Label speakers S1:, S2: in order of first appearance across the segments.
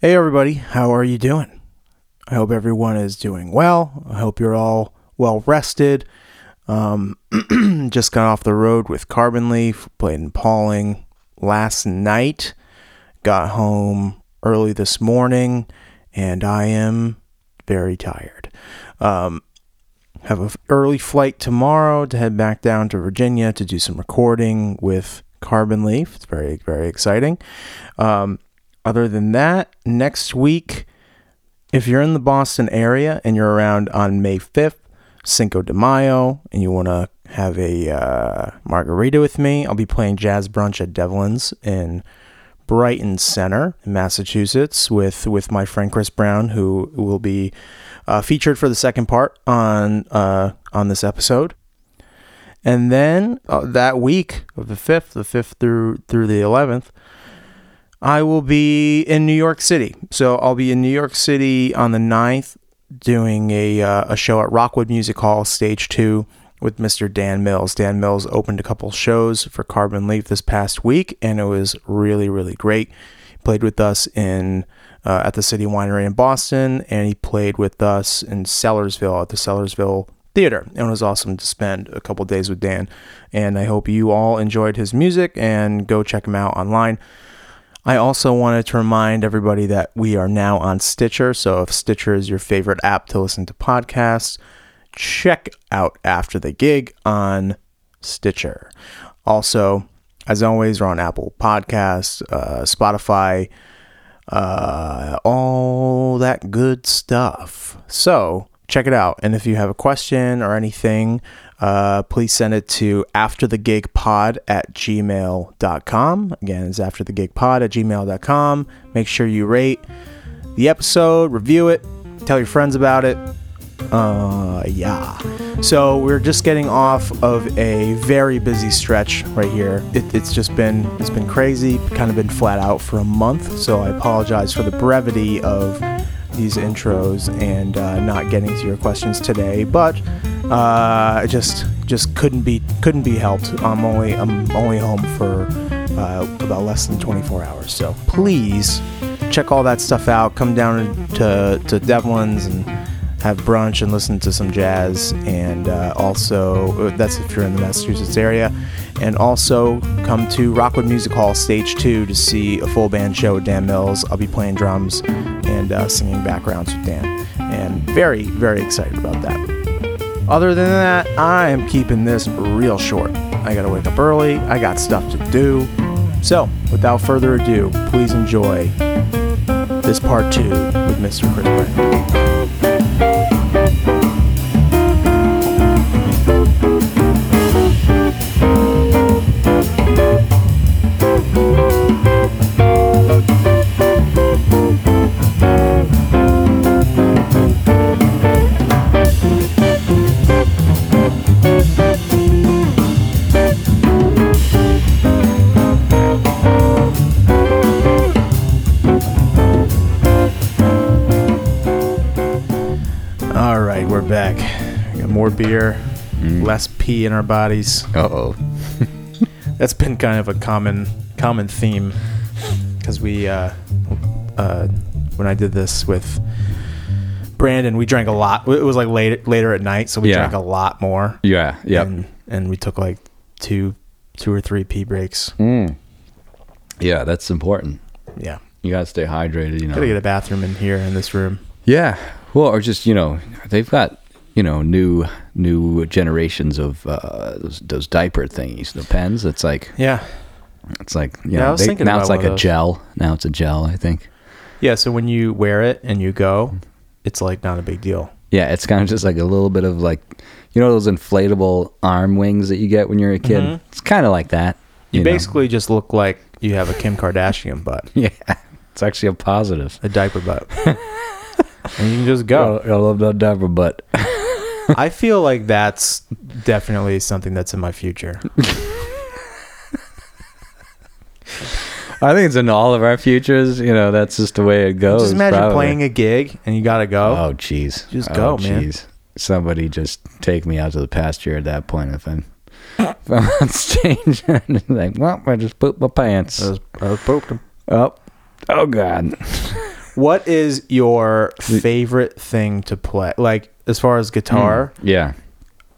S1: Hey, everybody, how are you doing? I hope everyone is doing well. I hope you're all well rested. Um, just got off the road with Carbon Leaf, played in Pauling last night, got home early this morning, and I am very tired. Um, have an early flight tomorrow to head back down to Virginia to do some recording with Carbon Leaf. It's very, very exciting. Um, other than that, next week, if you're in the Boston area and you're around on May 5th, Cinco de Mayo, and you want to have a uh, margarita with me, I'll be playing jazz brunch at Devlin's in Brighton Center, in Massachusetts, with with my friend Chris Brown, who will be uh, featured for the second part on uh, on this episode. And then uh, that week of the fifth, the fifth through through the eleventh, I will be in New York City. So I'll be in New York City on the 9th doing a, uh, a show at Rockwood Music Hall, Stage 2, with Mr. Dan Mills. Dan Mills opened a couple shows for Carbon Leaf this past week, and it was really, really great. He played with us in uh, at the City Winery in Boston, and he played with us in Sellersville at the Sellersville Theater. And it was awesome to spend a couple days with Dan. And I hope you all enjoyed his music and go check him out online. I also wanted to remind everybody that we are now on Stitcher. So if Stitcher is your favorite app to listen to podcasts, check out After the Gig on Stitcher. Also, as always, we're on Apple Podcasts, uh, Spotify, uh, all that good stuff. So check it out. And if you have a question or anything, uh, please send it to afterthegigpod at gmail.com. Again, it's afterthegigpod at gmail.com. Make sure you rate the episode, review it, tell your friends about it. Uh, yeah. So we're just getting off of a very busy stretch right here. It, it's just been it's been crazy. Kind of been flat out for a month. So I apologize for the brevity of these intros and uh, not getting to your questions today. But uh, I just just couldn't be couldn't be helped. I'm only I'm only home for uh, about less than 24 hours. So please check all that stuff out. Come down to to Devlin's and have brunch and listen to some jazz. And uh, also, uh, that's if you're in the Massachusetts area. And also, come to Rockwood Music Hall Stage 2 to see a full band show with Dan Mills. I'll be playing drums and uh, singing backgrounds with Dan. And very, very excited about that. Other than that, I am keeping this real short. I gotta wake up early, I got stuff to do. So, without further ado, please enjoy this part two with Mr. Chris Brown. All right, we're back. We got more beer,
S2: Mm.
S1: less pee in our bodies.
S2: Uh oh.
S1: That's been kind of a common common theme because we uh, uh, when I did this with Brandon, we drank a lot. It was like late, later at night, so we
S2: Yeah.
S1: drank a lot more.
S2: Yeah. Yep.
S1: And, and we took like two two or three pee breaks.
S2: Mm. Yeah, that's important.
S1: Yeah.
S2: You gotta stay hydrated. You know.
S1: Gotta get a bathroom in here in this room.
S2: yeah. Well, or just you know, they've got you know new new generations of uh, those, those diaper thingies, the pens. It's like
S1: Yeah.
S2: it's like you
S1: Yeah, I
S2: know,
S1: was
S2: they-
S1: thinking
S2: now
S1: about
S2: it's
S1: one
S2: like
S1: of
S2: a
S1: those.
S2: gel. Now it's a gel. I think.
S1: Yeah. So when you wear it and you go, it's like not a big deal.
S2: Yeah, it's kind of just like a little bit of like, you know, those inflatable arm wings that you get when you're a kid.
S1: Mhm.
S2: It's kind of like that.
S1: You,
S2: know?
S1: basically just look like you have a Kim Kardashian butt.
S2: yeah. It's actually a positive.
S1: a diaper butt. and you can just go.
S2: I love that diaper butt.
S1: I feel like that's definitely something that's in my future.
S2: I think it's in all of our futures. You know, that's just the way it goes.
S1: just imagine
S2: Oh, probably.
S1: playing a gig and you gotta go.
S2: Oh, jeez.
S1: Just
S2: Oh,
S1: go, man.
S2: jeez. Somebody just take me out to the pasture at that point if I'm, if I'm on stage. and
S1: Uh,
S2: like, well, I just pooped my pants.
S1: I was, I was pooped.
S2: Oh, oh God.
S1: What is your favorite thing to play? Like as far as guitar,
S2: Hmm. Yeah.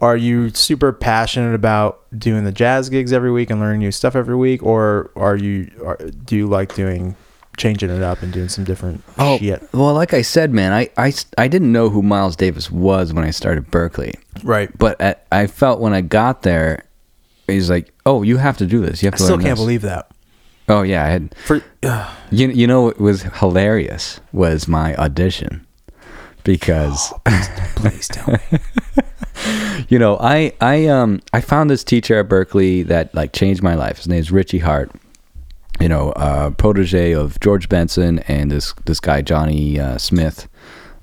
S1: are you super passionate about doing the jazz gigs every week and learning new stuff every week, or are you are, do you like doing changing it up and doing some different Oh,
S2: Oh,
S1: shit?
S2: well, like I said, man, I, I, I didn't know who Miles Davis was when I started Berkeley,
S1: Right.
S2: but at, I felt when I got there, he's like, "Oh, you have to do this. You have
S1: I
S2: to."
S1: still
S2: learn
S1: can't
S2: this."
S1: believe that.
S2: Oh yeah, I had.
S1: For
S2: You you know what was hilarious was my audition because
S1: please tell me.
S2: you know I I um I found this teacher at Berkeley that like changed my life. His name's Richie Hart. You know, uh, protege of George Benson and this this guy Johnny uh, Smith,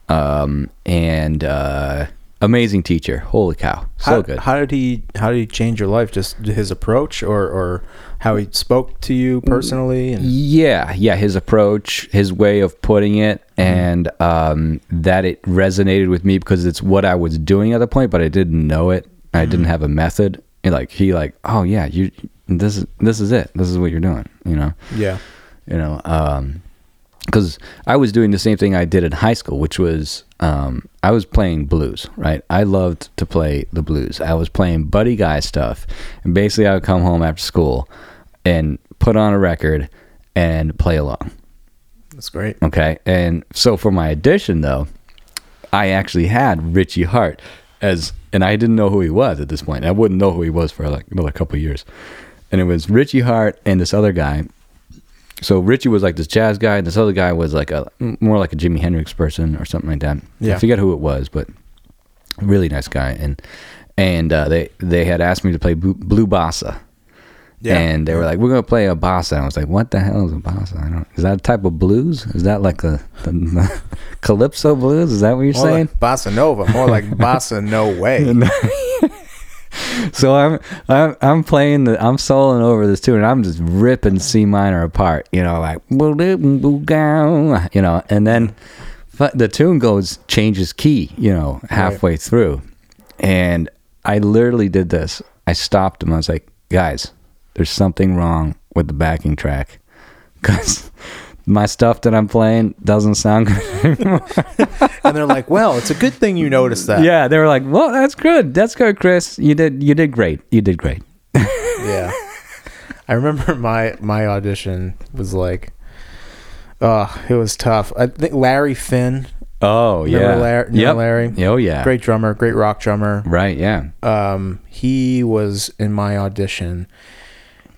S2: um, and uh, amazing teacher. Holy cow, so
S1: how,
S2: good.
S1: How did he? How did he change your life? Just his approach, or or how he spoke to you
S2: Mm.
S1: personally, and
S2: Yeah, yeah, his approach, his way of putting it, and um, that it resonated with me because it's what I was doing at the point, but I didn't know it. I didn't have a method. And like he, like, oh yeah, you, this is this is it. This is what you're doing. You know,
S1: yeah,
S2: you know, because I was doing the same thing I did in high school, which was um, I was playing blues. Right, I loved to play the blues. I was playing Buddy Guy stuff, and basically I would come home after school and put on a record and play along.
S1: that's great.
S2: Okay. And so for my audition, though, I actually had Richie Hart as, and I didn't know who he was at this point. I wouldn't know who he was for like another couple of years. And it was Richie Hart and this other guy. So Richie was like this jazz guy, and this other guy was like a more like a Jimi Hendrix person or something like that.
S1: Yeah.
S2: I forget who it was, but really nice guy. And and uh, they they had asked me to play Blue, Blue Bossa.
S1: Yeah.
S2: And they were like, "We're gonna play a bossa." And I was like, "What the hell is a bossa? I don't. Is that a type of blues? Is that like a the, calypso blues? Is that what you're
S1: More
S2: saying?"
S1: like bossa nova, more like bossa no way.
S2: So I'm, I'm I'm playing the I'm soloing over this tune, and I'm just ripping C minor apart. You know, like "Boo doo boo gow," you know, and then fu- the tune goes changes key. You know, halfway through, and I literally did this. I stopped him. I was like, guys, there's something wrong with the backing track, because. My stuff that I'm playing doesn't sound good.
S1: And they're like, "Well, it's a good thing you noticed that."
S2: yeah, they were like, "Well, that's good. That's good, Chris. You did. You did great. You did great."
S1: yeah. I remember my my audition was like, oh, it was tough. I think Larry Finn,
S2: Oh
S1: Remember
S2: yeah,
S1: Lar- remember
S2: Yep.
S1: Larry?
S2: Oh yeah,
S1: great drummer, great rock drummer.
S2: Right, yeah.
S1: Um, he was in my audition,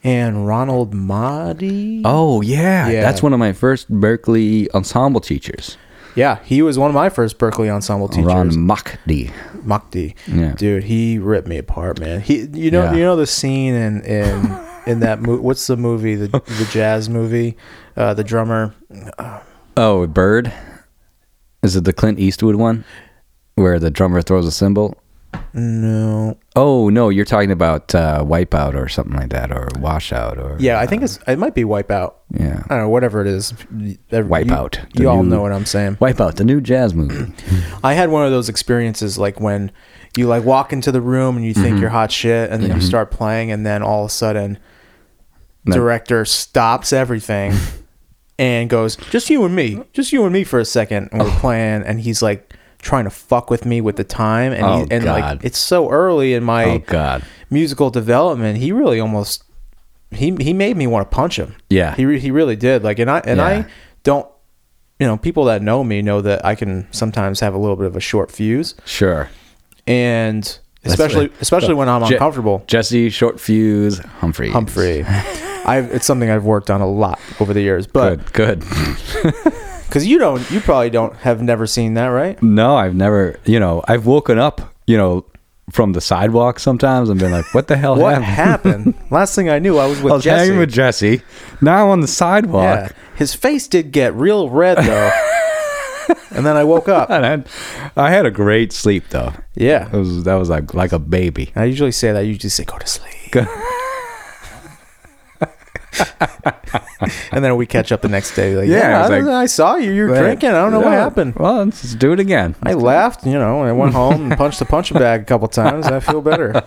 S1: and Ronald Madi.
S2: Oh yeah.
S1: Yeah.
S2: that's one of my first Berkeley ensemble teachers,
S1: Yeah, he was one of my first Berkeley ensemble teachers.
S2: Ron Makdi.
S1: Mukti.
S2: Yeah.
S1: Dude, he ripped me apart, man. He you know
S2: Yeah.
S1: you know the scene in in in that mo- what's the movie the the jazz movie uh the drummer
S2: Oh, Bird. Is it the Clint Eastwood one, where the drummer throws a cymbal?
S1: no
S2: Oh no, you're talking about uh, Wipeout or something like that, or Washout, or
S1: yeah I think it's it might be Wipeout
S2: yeah,
S1: I don't know whatever it is Every-
S2: Wipeout,
S1: you,
S2: the
S1: you all
S2: new-
S1: know what I'm saying
S2: Wipeout, the new jazz movie.
S1: I had one of those experiences like when you like walk into the room and you
S2: Mm-hmm.
S1: think you're hot shit and then you start playing and then all of a sudden
S2: No.
S1: director stops everything and goes just you and me just you and me for a second and
S2: Oh.
S1: we're playing and he's like trying to fuck with me with the time and,
S2: Oh,
S1: he's, and like
S2: God.
S1: it's so early in my
S2: oh God,
S1: musical development he really almost he he made me want to punch him
S2: Yeah.
S1: he, re- he really did like and i and
S2: Yeah.
S1: i don't you know people that know me know that i can sometimes have a little bit of a short fuse
S2: sure.
S1: and
S2: That's
S1: especially
S2: what-
S1: especially when i'm
S2: Je-
S1: uncomfortable
S2: Jesse Short Fuse Humphrey.
S1: humphrey I've, it's something i've worked on a lot over the years but
S2: Good, good.
S1: because you don't you probably don't have never seen that right
S2: No, I've never. You know, I've woken up. You know, from the sidewalk sometimes and been like, "What the hell
S1: what
S2: happened?"
S1: happened last thing i knew i was with
S2: I was
S1: jesse
S2: hanging with Jesse. Now I'm on the
S1: yeah
S2: sidewalk,
S1: his face did get real red though and then i woke up
S2: and I, I had a great sleep though.
S1: yeah
S2: It was that was like like a baby.
S1: I usually say that. I usually say, go to sleep.
S2: Go-
S1: and then we catch up the next day. Like,
S2: Yeah,
S1: yeah,
S2: I was
S1: I,
S2: like-
S1: I saw you. You're drinking. I don't know what
S2: Yeah.
S1: happened.
S2: Well, let's just do it again.
S1: I laughed, you know, and I went home and punched the punching bag a couple times. I feel better.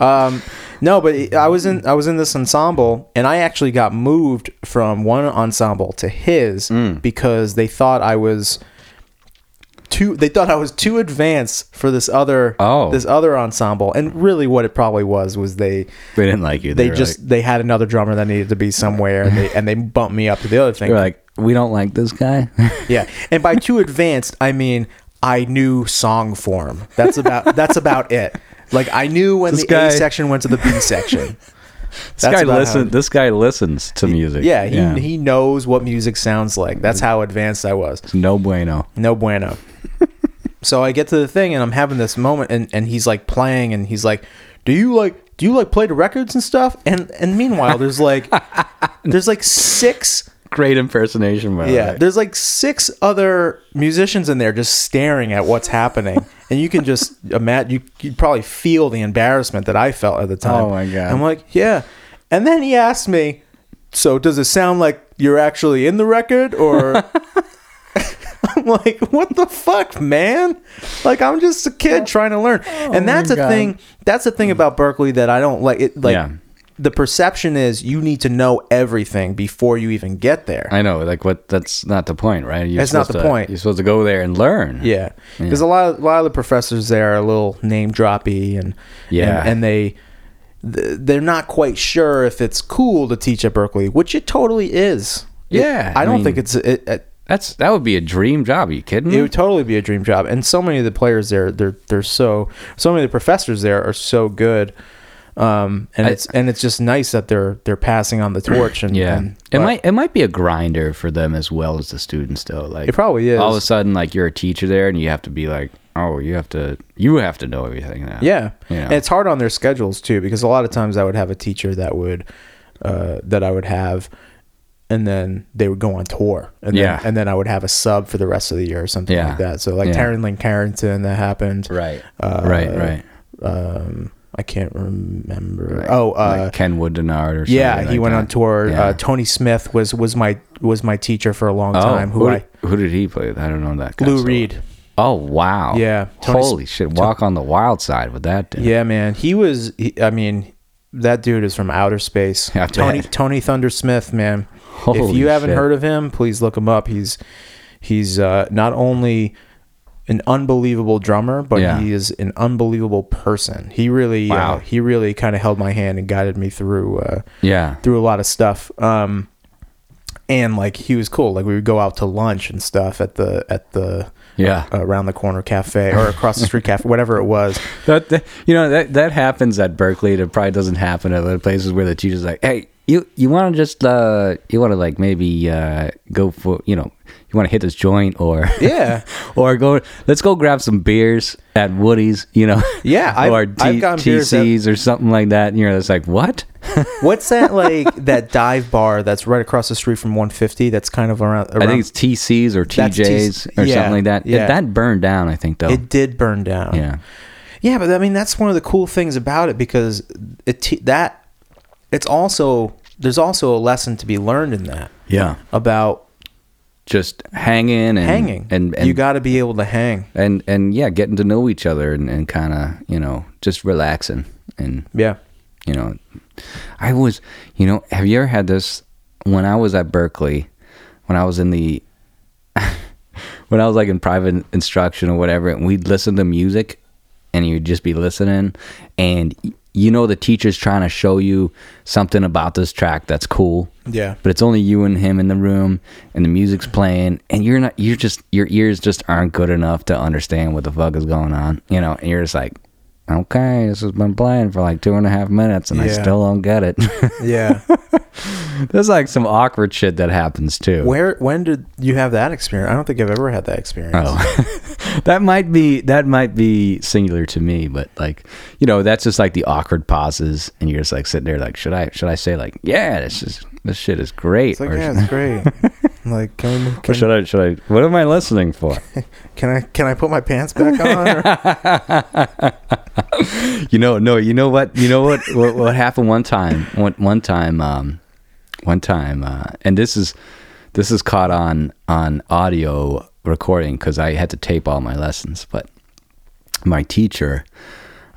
S1: Um, no, but it- I was in I was in this ensemble, and I actually got moved from one ensemble to his
S2: Mm.
S1: because they thought I was too they thought I was too advanced for this other
S2: Oh.
S1: this other ensemble, and really what it probably was was they
S2: They didn't like you.
S1: they
S2: were
S1: just they had another drummer that needed to be somewhere, and they, and they bumped me up to the other
S2: like, they
S1: thing.
S2: were like, we don't like this guy.
S1: Yeah, and by too advanced, I mean I knew song form. That's about that's about it. Like I knew when
S2: This
S1: the
S2: guy-
S1: A section went to the B section.
S2: this guy
S1: about
S2: listen.
S1: how-
S2: This guy listens to music.
S1: yeah, he he knows what music sounds like. That's how advanced I was.
S2: no bueno.
S1: No bueno. so I get to the thing and I'm having this moment and, and he's like playing and he's like, Do you like do you like play the records and stuff? And and meanwhile there's like there's like six
S2: Great impersonation, by the
S1: yeah,
S2: way.
S1: there's like six other musicians in there just staring at what's happening, and you can just imagine you you probably feel the embarrassment that I felt at the time.
S2: Oh my God.
S1: I'm like, yeah, and then he asked me, so does it sound like you're actually in the record, or I'm like, what the fuck, man? Like I'm just a kid trying to learn, and that's a
S2: Oh God.
S1: thing. That's the thing about Berkeley that I don't like. It like.
S2: Yeah.
S1: The perception is you need to know everything before you even get there.
S2: I know. Like what? That's not the point, right? You're
S1: That's not
S2: supposed
S1: the
S2: to-
S1: point.
S2: You're supposed to go there and learn.
S1: Yeah, because a lot of a lot of the professors there are a little name droppy and
S2: Yeah.
S1: and, and they th- they're not quite sure if it's cool to teach at Berkeley, which it totally is. It-
S2: Yeah,
S1: I
S2: I
S1: don't
S2: mean- Mm-hmm.
S1: think it's it, it,
S2: That's that would be a dream job. Are you kidding?
S1: it
S2: me?
S1: would totally be a dream job. And so many of the players there, they're they're so so many of the professors there are so good. Um, and
S2: I-
S1: it's and it's just nice that they're they're passing on the torch and
S2: Yeah,
S1: and-
S2: it
S1: but
S2: might it might be a grinder for them as well as the students though. Like
S1: It probably is.
S2: All of a sudden, like you're a teacher there, and you have to be like, oh, you have to you have to know everything now.
S1: Yeah.
S2: Yeah.
S1: And it's hard on their schedules too, because a lot of times I would have a teacher that would, uh, that I would have, and then they would go on tour. And
S2: Yeah.
S1: Then, and then I would have a sub for the rest of the year or something
S2: Yeah.
S1: like that. So like
S2: Yeah.
S1: Taryn Lynn Carrington, that happened.
S2: right,
S1: Uh,
S2: right, right.
S1: Um, I can't remember. Oh, uh,
S2: like Ken Wood Denard or something
S1: yeah, he
S2: like
S1: went
S2: that.
S1: on tour.
S2: Yeah.
S1: Uh, Tony Smith was, was my, was my teacher for a long
S2: Oh,
S1: time. Who, I,
S2: did, who did he play? with? I don't know that. guy
S1: Lou
S2: so-
S1: Reed.
S2: Oh wow.
S1: Yeah, Tony S-
S2: Holy shit! Walk on the wild side with that dude.
S1: Yeah, man. He was. He, I mean, that dude is from outer space.
S2: I
S1: Tony
S2: bet.
S1: Tony Thundersmith, man. if
S2: Holy
S1: you haven't
S2: shit.
S1: heard of him, please look him up. He's he's uh, not only an unbelievable drummer, but
S2: Yeah.
S1: he is an unbelievable person. He really
S2: Wow.
S1: uh, he really kind of held my hand and guided me through uh,
S2: Yeah.
S1: through a lot of stuff. Um, and like he was cool. Like we would go out to lunch and stuff at the at the uh,
S2: Yeah.
S1: around the corner cafe or across the street cafe, whatever it was.
S2: That, that- you know that that happens at Berkeley. It probably doesn't happen at other places where the teacher's like, "Hey, you you want to just uh you want to like maybe uh go for you know you want to hit this joint or
S1: Yeah.
S2: or go let's go grab some beers at Woody's you know
S1: Yeah, I've-
S2: or
S1: I've gotten beers at-
S2: TC's or something like that and you're just like what
S1: What's that like that dive bar that's right across the street from 150 that's kind of around, around
S2: I think it's TC's or
S1: That's
S2: TJ's or
S1: yeah,
S2: something like that
S1: yeah.
S2: that burned down I think though
S1: it did burn down.
S2: yeah
S1: Yeah, but I mean that's one of the cool things about it because it te- that it's also there's also a lesson to be learned in that
S2: yeah
S1: about
S2: just hanging and
S1: hanging.
S2: and, and
S1: you got to be able to hang.
S2: and and yeah, getting to know each other and, and kind of you know just relaxing and
S1: Yeah.
S2: you know, I was you know have you ever had this when I was at Berkeley when I was in the when I was like in private instruction or whatever and we'd listen to music and you'd just be listening and y- you know the teacher's trying to show you something about this track that's cool
S1: Yeah.
S2: but it's only you and him in the room and the music's playing and you're not you're just your ears just aren't good enough to understand what the fuck is going on you know and you're just like okay this has been playing for like two and a half minutes and i
S1: Yeah.
S2: still don't get it
S1: Yeah.
S2: there's like some awkward shit that happens too
S1: Where when did you have that experience? I don't think I've ever had that experience.
S2: Oh, that might be that might be singular to me, but like you know, that's just like the awkward pauses, and you're just like sitting there, like should I should I say like yeah, this is this shit is great,
S1: It's like
S2: or,
S1: yeah, it's great. like can, we, move-
S2: or
S1: can,
S2: should I should I what am I listening for?
S1: can I can I put my pants back on? Or-
S2: you know, no, you know what, you know what, what, what happened one time, one, one time, um, one time, uh, and this is, this is caught on, on audio recording cause I had to tape all my lessons, but my teacher,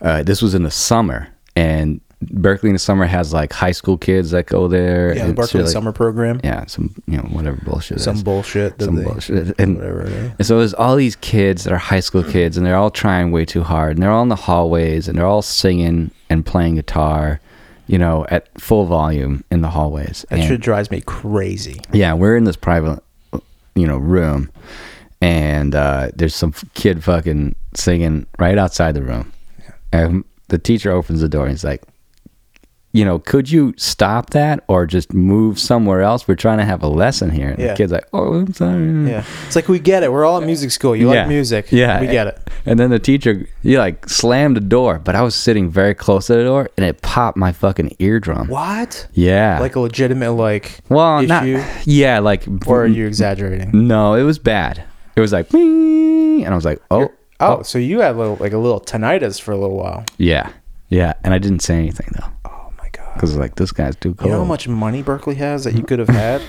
S2: uh, this was in the summer and Berkeley in the summer has like high school kids that go there.
S1: Yeah,
S2: and
S1: the
S2: it's
S1: Berkeley
S2: really-
S1: Summer Program.
S2: Yeah, some you know whatever bullshit. it
S1: Some
S2: is.
S1: bullshit. that
S2: some
S1: they-
S2: bullshit. And,
S1: Whatever. it is.
S2: and so there's all these kids that are high school kids, and they're all trying way too hard, and they're all in the hallways, and they're all singing and playing guitar, you know, at full volume in the hallways.
S1: That
S2: And-
S1: shit drives me crazy.
S2: yeah, we're in this private, you know, room, and uh, there's some f- kid fucking singing right outside the room, and the teacher opens the door and he's like, you know, could you stop that or just move somewhere else? We're trying to have a lesson here. And
S1: Yeah.
S2: the kid's like, oh, I'm sorry.
S1: Yeah, it's like we get it. We're all at music school. You
S2: Yeah.
S1: like music.
S2: Yeah.
S1: we get it.
S2: And then the teacher, he like slammed the door, but I was sitting very close to the door and it popped my fucking eardrum.
S1: What?
S2: Yeah.
S1: Like a legitimate like?
S2: Uh, well,
S1: issue?
S2: not, yeah, like,
S1: Or are you exaggerating?
S2: No, it was bad. It was like, "Bing," and I was like, oh,
S1: Oh, so you had a little, like a little tinnitus for a little while.
S2: yeah, yeah. And I didn't say anything though,
S1: Oh my god!
S2: because like this guy's too
S1: You
S2: cool.
S1: know how much money Berkeley has that you could have had?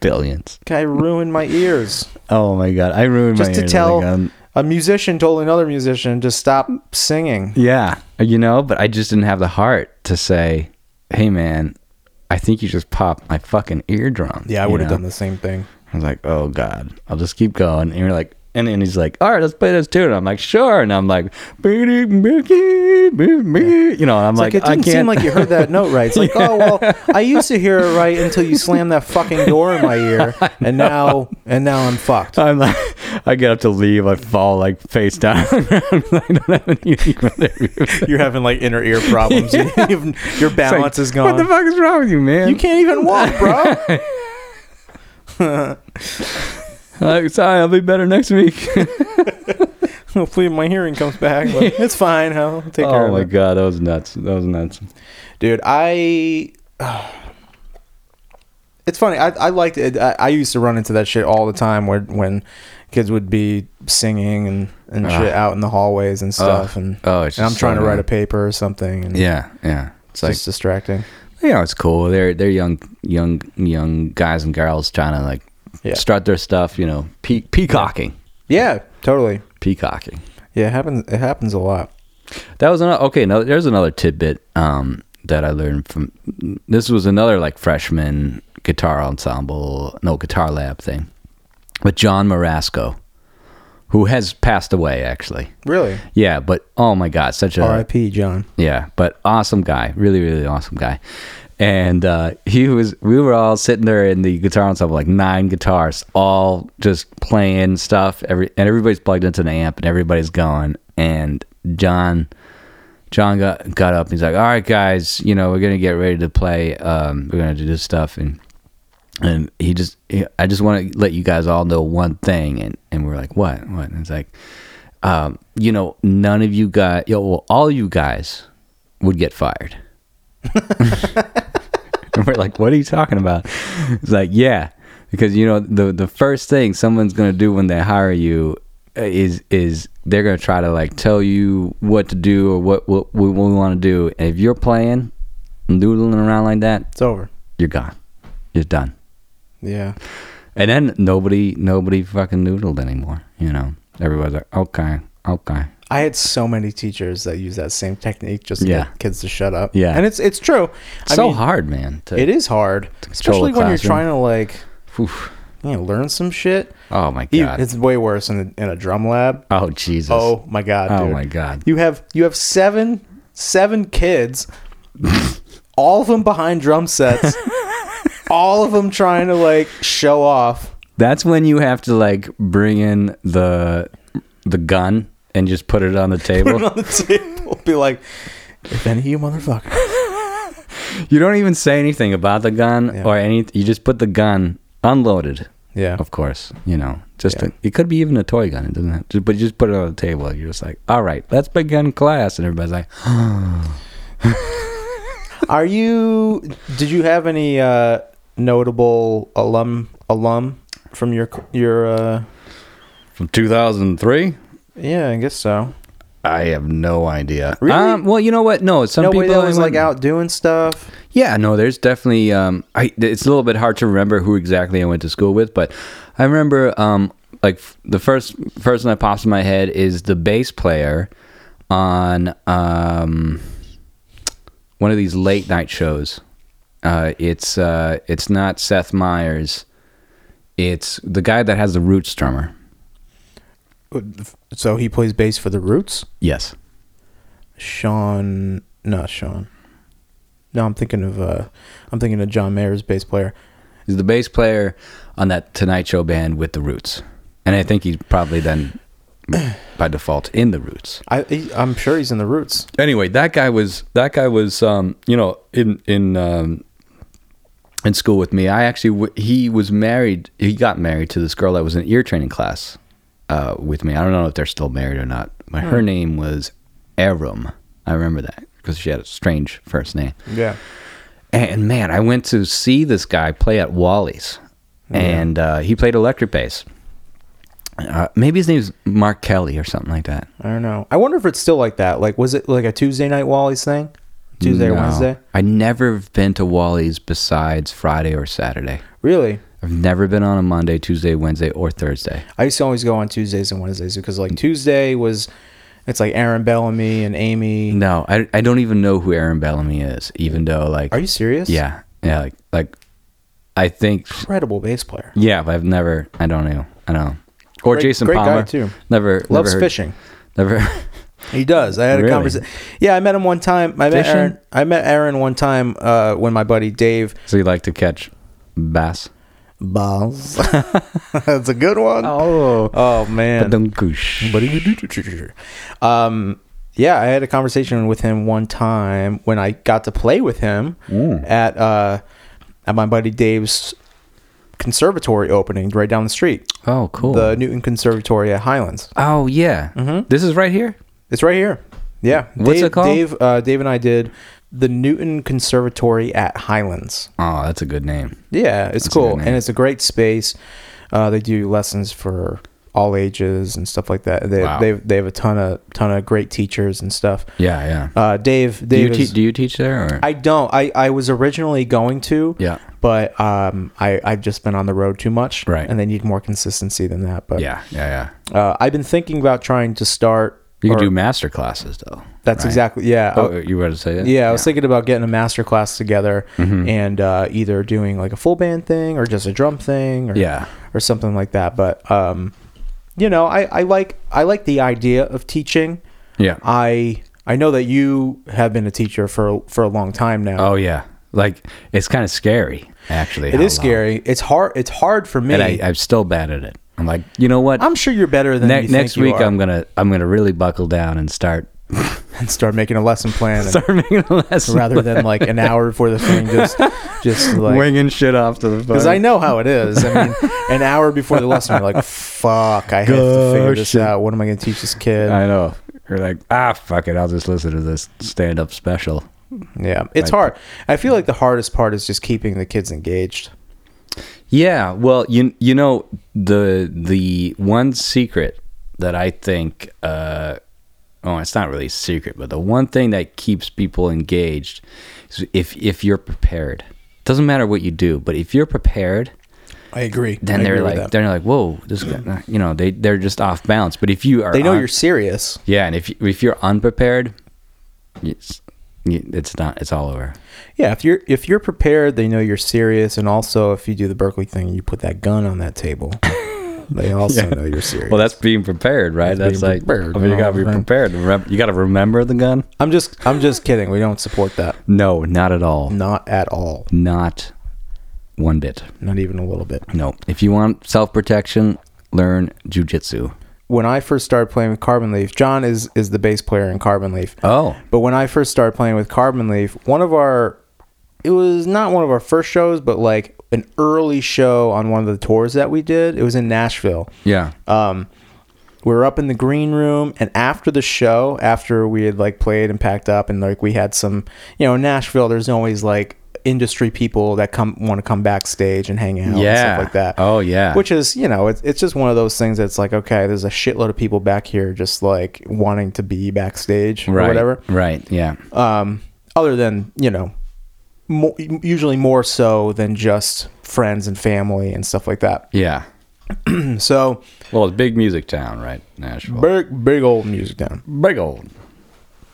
S2: Billions.
S1: Guy ruined my ears.
S2: Oh my god, I ruined
S1: Just
S2: my
S1: to
S2: ears.
S1: tell-
S2: Like, um,
S1: A musician told another musician to stop singing.
S2: yeah, you know, but I just didn't have the heart to say, hey man, I think you just popped my fucking eardrum.
S1: Yeah, I
S2: you
S1: would have
S2: know?
S1: done the same thing.
S2: I was like, oh god, I'll just keep going. And you're like, and then he's like, all right, let's play this tune. And I'm like, sure. And I'm like, "Bidi, bidi, bidi, bidi," you know, and I'm
S1: It's like,
S2: like,
S1: it
S2: I
S1: didn't
S2: can't.
S1: seem like you heard that note right. It's like, oh well, I used to hear it right until you slammed that fucking door in my ear, and now and now I'm fucked.
S2: I'm like, I get up to leave. I fall like face down. I don't have any
S1: You're having like inner ear problems. You- you've- Your balance is gone.
S2: What the fuck is wrong with you, man?
S1: you can't even walk, bro.
S2: Like, sorry, I'll be better next week.
S1: Hopefully my hearing comes back. But it's fine. I'll take care
S2: oh
S1: of
S2: my
S1: it.
S2: god, that was nuts. That was nuts.
S1: Dude, I. It's funny. I, I liked it. I, I used to run into that shit all the time where, when kids would be singing and, and shit out in the hallways and stuff. and,
S2: oh, Ah. it's
S1: and I'm
S2: just
S1: trying
S2: so
S1: to write a
S2: annoying.
S1: paper or something. And
S2: Yeah, yeah. It's
S1: It's just distracting.
S2: like you know, it's cool. They're they're young, young, young guys and girls trying to like
S1: Yeah.
S2: strut their stuff. You know, pe- peacocking,
S1: Yeah, totally.
S2: peacocking.
S1: Yeah, it happens, it happens a lot.
S2: That was another okay. Now there's another tidbit um, that I learned from. This was another like freshman guitar ensemble, no guitar lab thing, with John Marasco, who has passed away actually.
S1: Really?
S2: Yeah, but oh my god, such a
S1: R.I.P. John.
S2: yeah, but awesome guy, really really awesome guy. And uh, he was, we were all sitting there in the guitar ensemble, like nine guitars, all just playing stuff. Every and everybody's plugged into the amp, and everybody's going. And John, John got got up. He's like, "All right, guys, you know, we're gonna get ready to play. Um, we're gonna do this stuff." And and he just, he- I just want to let you guys all know one thing. And and we're like, "What? What?" And it's like, um, you know, none of you guys, yo, well, all you guys would get fired. and we're like, "What are you talking about?" It's like, "Yeah." Because you know the the first thing someone's gonna do when they hire you uh, is is they're gonna try to like tell you what to do or what what, what we want to do. And if you're playing, and noodling around like that,
S1: It's over.
S2: you're gone. You're done.
S1: Yeah.
S2: And then nobody nobody fucking noodled anymore. You know, everybody's like, okay, okay.
S1: I had so many teachers that use that same technique just to
S2: Yeah.
S1: get kids to shut up.
S2: Yeah.
S1: and it's it's true.
S2: It's so hard, man. To,
S1: It is hard,
S2: control
S1: especially
S2: the
S1: when you're
S2: classroom.
S1: trying to like
S2: Oof.
S1: you know learn some shit.
S2: Oh my
S1: You-
S2: god.
S1: It's way worse in a, in a drum lab.
S2: oh Jesus.
S1: Oh my god,
S2: Oh
S1: dude.
S2: my god.
S1: You have you have seven seven kids, all of them behind drum sets, all of them trying to like show off.
S2: That's when you have to like bring in the the gun and just put it on the
S1: Put it
S2: table.
S1: on the table, be like, if any of you motherfuckers,
S2: you don't even say anything about the gun
S1: Yeah.
S2: or any. You just put the gun unloaded,
S1: yeah,
S2: of course. You know, just
S1: Yeah.
S2: a, it could be even a toy gun. It doesn't. Have to, but you just put it on the table. You're just like, all right, let's begin class, and everybody's like,
S1: Are you? Did you have any uh, notable alum alum from your your? Uh,
S2: from 2003.
S1: yeah, I guess so.
S2: I have no idea.
S1: Really?
S2: Um, well, you know what? No, some
S1: Nobody
S2: people
S1: that was
S2: I
S1: like
S2: went-
S1: out doing stuff.
S2: Yeah, no, there's definitely. Um, I it's a little bit hard to remember who exactly I went to school with, but I remember um, like f- the first person that pops in my head is the bass player on um, one of these late night shows. Uh, it's uh, it's not Seth Meyers. It's the guy that has the Roots drummer.
S1: So he plays bass for the Roots.
S2: Yes.
S1: Sean, not Sean. No, I'm thinking of uh, I'm thinking of John Mayer's bass player.
S2: He's the bass player on that Tonight Show band with the Roots, and I think he's probably then by default in the Roots.
S1: I he, I'm sure he's in the Roots.
S2: Anyway, that guy was that guy was um, you know in in um, in school with me. I actually w- he was married. He got married to this girl that was in ear training class uh, with me. I don't know if they're still married or not. But her name was Aram. I remember that because she had a strange first name.
S1: Yeah.
S2: And man, I went to see this guy play at Wally's, and uh, he played electric bass. Uh, maybe his name's Mark Kelly or something like that.
S1: I don't know. I wonder if it's still like that. Like, was it like a Tuesday night Wally's thing? Tuesday or
S2: No.
S1: Wednesday?
S2: I never have been to Wally's besides Friday or Saturday.
S1: Really?
S2: I've never been on a Monday, Tuesday, Wednesday, or Thursday.
S1: I used to always go on Tuesdays and Wednesdays because like Tuesday was, it's like Aaron Bellamy and Amy.
S2: No, I, I don't even know who Aaron Bellamy is, even though like
S1: Are you serious?
S2: yeah yeah like like I think
S1: Incredible bass player.
S2: yeah, but I've never I don't know I don't know or
S1: Great-
S2: Jason
S1: great guy,
S2: Palmer
S1: too.
S2: never
S1: Loves
S2: never heard-
S1: fishing.
S2: never
S1: He does. I had a
S2: Really?
S1: conversation. Yeah, I met him one time. I met
S2: Fishing?
S1: Aaron. I met Aaron one time uh, when my buddy Dave
S2: So you like to catch bass?
S1: Balls. That's a good one. Oh,
S2: Oh,
S1: man.
S2: Dunkush.
S1: Um, yeah, I had a conversation with him one time when I got to play with him
S2: Mm.
S1: at uh, at my buddy Dave's conservatory opening right down the street,
S2: Oh, cool.
S1: the Mm-hmm. Newton Conservatory at Highlands.
S2: oh yeah. This is right here.
S1: It's right here. Yeah,
S2: What's
S1: Dave,
S2: it called?
S1: Dave, uh, Dave and I did the Newton Conservatory at Highlands.
S2: Oh, that's a good name.
S1: Yeah, it's
S2: a good
S1: cool,
S2: name.
S1: and it's a great space. Uh, they do lessons for all ages and stuff like that. They
S2: Wow.
S1: they they have a ton of ton of great teachers and stuff.
S2: Yeah, yeah.
S1: Uh, Dave,
S2: do you
S1: Dave, is-
S2: teach? Do you teach there? Or?
S1: I don't. I I was originally going to.
S2: Yeah.
S1: But um, I I've just been on the road too much.
S2: Right.
S1: And they need more consistency than that. But
S2: yeah, yeah, yeah.
S1: uh, I've been thinking about trying to start.
S2: You
S1: or-
S2: could do master classes though.
S1: That's
S2: right?
S1: exactly yeah.
S2: Oh, you were to say that?
S1: Yeah, I was thinking about getting a master class together
S2: Mm-hmm.
S1: and uh, either doing like a full band thing or just a drum thing or
S2: Yeah.
S1: or something like that. But um, you know, I, I like I like the idea of teaching.
S2: Yeah.
S1: I I know that you have been a teacher for for a long time now.
S2: oh yeah. Like it's kind of scary, actually.
S1: it is scary. It's hard. It's hard for me.
S2: and I, I'm still bad at it. I'm like, you know what?
S1: I'm sure you're better than
S2: Ne-
S1: you
S2: next
S1: think you
S2: week,
S1: are.
S2: I'm gonna I'm gonna really buckle down and start
S1: and start making a lesson plan. and-
S2: start making a lesson
S1: rather than like an hour before the thing, just just like
S2: winging shit off to the
S1: Because I know how it is. I mean, an hour before the lesson, you're like, "Fuck, I have to figure this
S2: Gosh.
S1: out. What am I going to teach this kid?"
S2: I know. You're like, ah, fuck it. I'll just listen to this stand up special.
S1: yeah, it's
S2: Like-
S1: hard. I feel like the hardest part is just keeping the kids engaged.
S2: Yeah. Well, you you know the the one secret that I think, uh, oh, it's not really a secret, but the one thing that keeps people engaged is if if you're prepared. Doesn't matter what you do, but if you're prepared,
S1: I agree.
S2: then they're like, they're like, whoa, this, guy, you know, they they're just off balance. But if you are,
S1: they know
S2: on-
S1: you're serious.
S2: yeah, and if you- if you're unprepared, it's it's not, it's all over.
S1: Yeah, if you're if you're prepared, they know you're serious, and also if you do the Berkeley thing, you put that gun on that table. they also know you're serious.
S2: Well, that's being prepared, right? That's,
S1: being
S2: like,
S1: prepared.
S2: I mean, you gotta be prepared. Remem- You gotta remember the gun.
S1: I'm just I'm just kidding. We don't support that.
S2: No, not at all.
S1: Not at all.
S2: Not one bit.
S1: Not even a little bit.
S2: No. If you want self protection, learn jujitsu.
S1: When I first started playing with Carbon Leaf, John is is the bass player in Carbon Leaf.
S2: Oh,
S1: But when I first started playing with Carbon Leaf, one of our it was not one of our first shows, but like an early show on one of the tours that we did. It was in Nashville.
S2: yeah,
S1: Um, we were up in the green room, and after the show, after we had like played and packed up, and like we had some, you know, in Nashville. There's always like industry people that come want to come backstage and hang out, and
S2: yeah,
S1: stuff like that.
S2: Oh, yeah.
S1: Which is, you know, it's, it's just one of those things that's like, okay, there's a shitload of people back here just like wanting to be backstage
S2: right,
S1: or whatever
S2: Right. Yeah.
S1: um, other than you know mo- usually more so than just friends and family and stuff like that
S2: yeah.
S1: so
S2: Well, it's big music town, right? Nashville.
S1: big big old music town
S2: big old.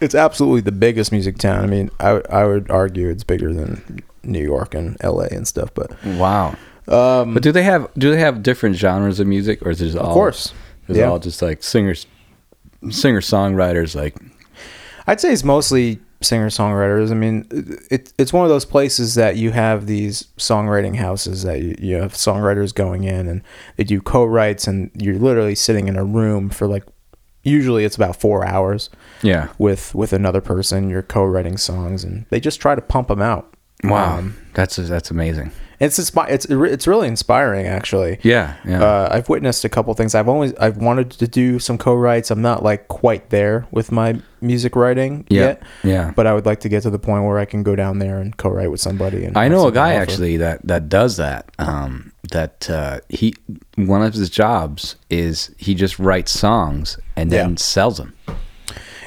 S1: it's absolutely the biggest music town. I mean, I I would argue it's bigger than New York and L.A. and stuff. But
S2: Wow. but do they have do they have different genres of music, or is it just all?
S1: Um, of course,
S2: is it all just like singers, singer songwriters. Like
S1: I'd say it's mostly singer songwriters. I mean, it, it's one of those places that you have these songwriting houses that you, you have songwriters going in and they do co writes, and you're literally sitting in a room for like usually it's about four hours
S2: yeah,
S1: with with another person. You're co writing songs, and they just try to pump them out.
S2: wow,
S1: Um,
S2: that's that's amazing.
S1: it's inspi- it's it's really inspiring actually.
S2: Yeah, yeah.
S1: Uh, I've witnessed a couple things. I've always I've wanted to do some co-writes. I'm not like quite there with my music writing
S2: Yeah,
S1: yet.
S2: yeah.
S1: But I would like to get to the point where I can go down there and co-write with somebody. And
S2: I
S1: have
S2: know a
S1: something
S2: guy
S1: to offer.
S2: actually that that does that. Um, that uh, he one of his jobs is he just writes songs and then
S1: Yeah.
S2: sells them.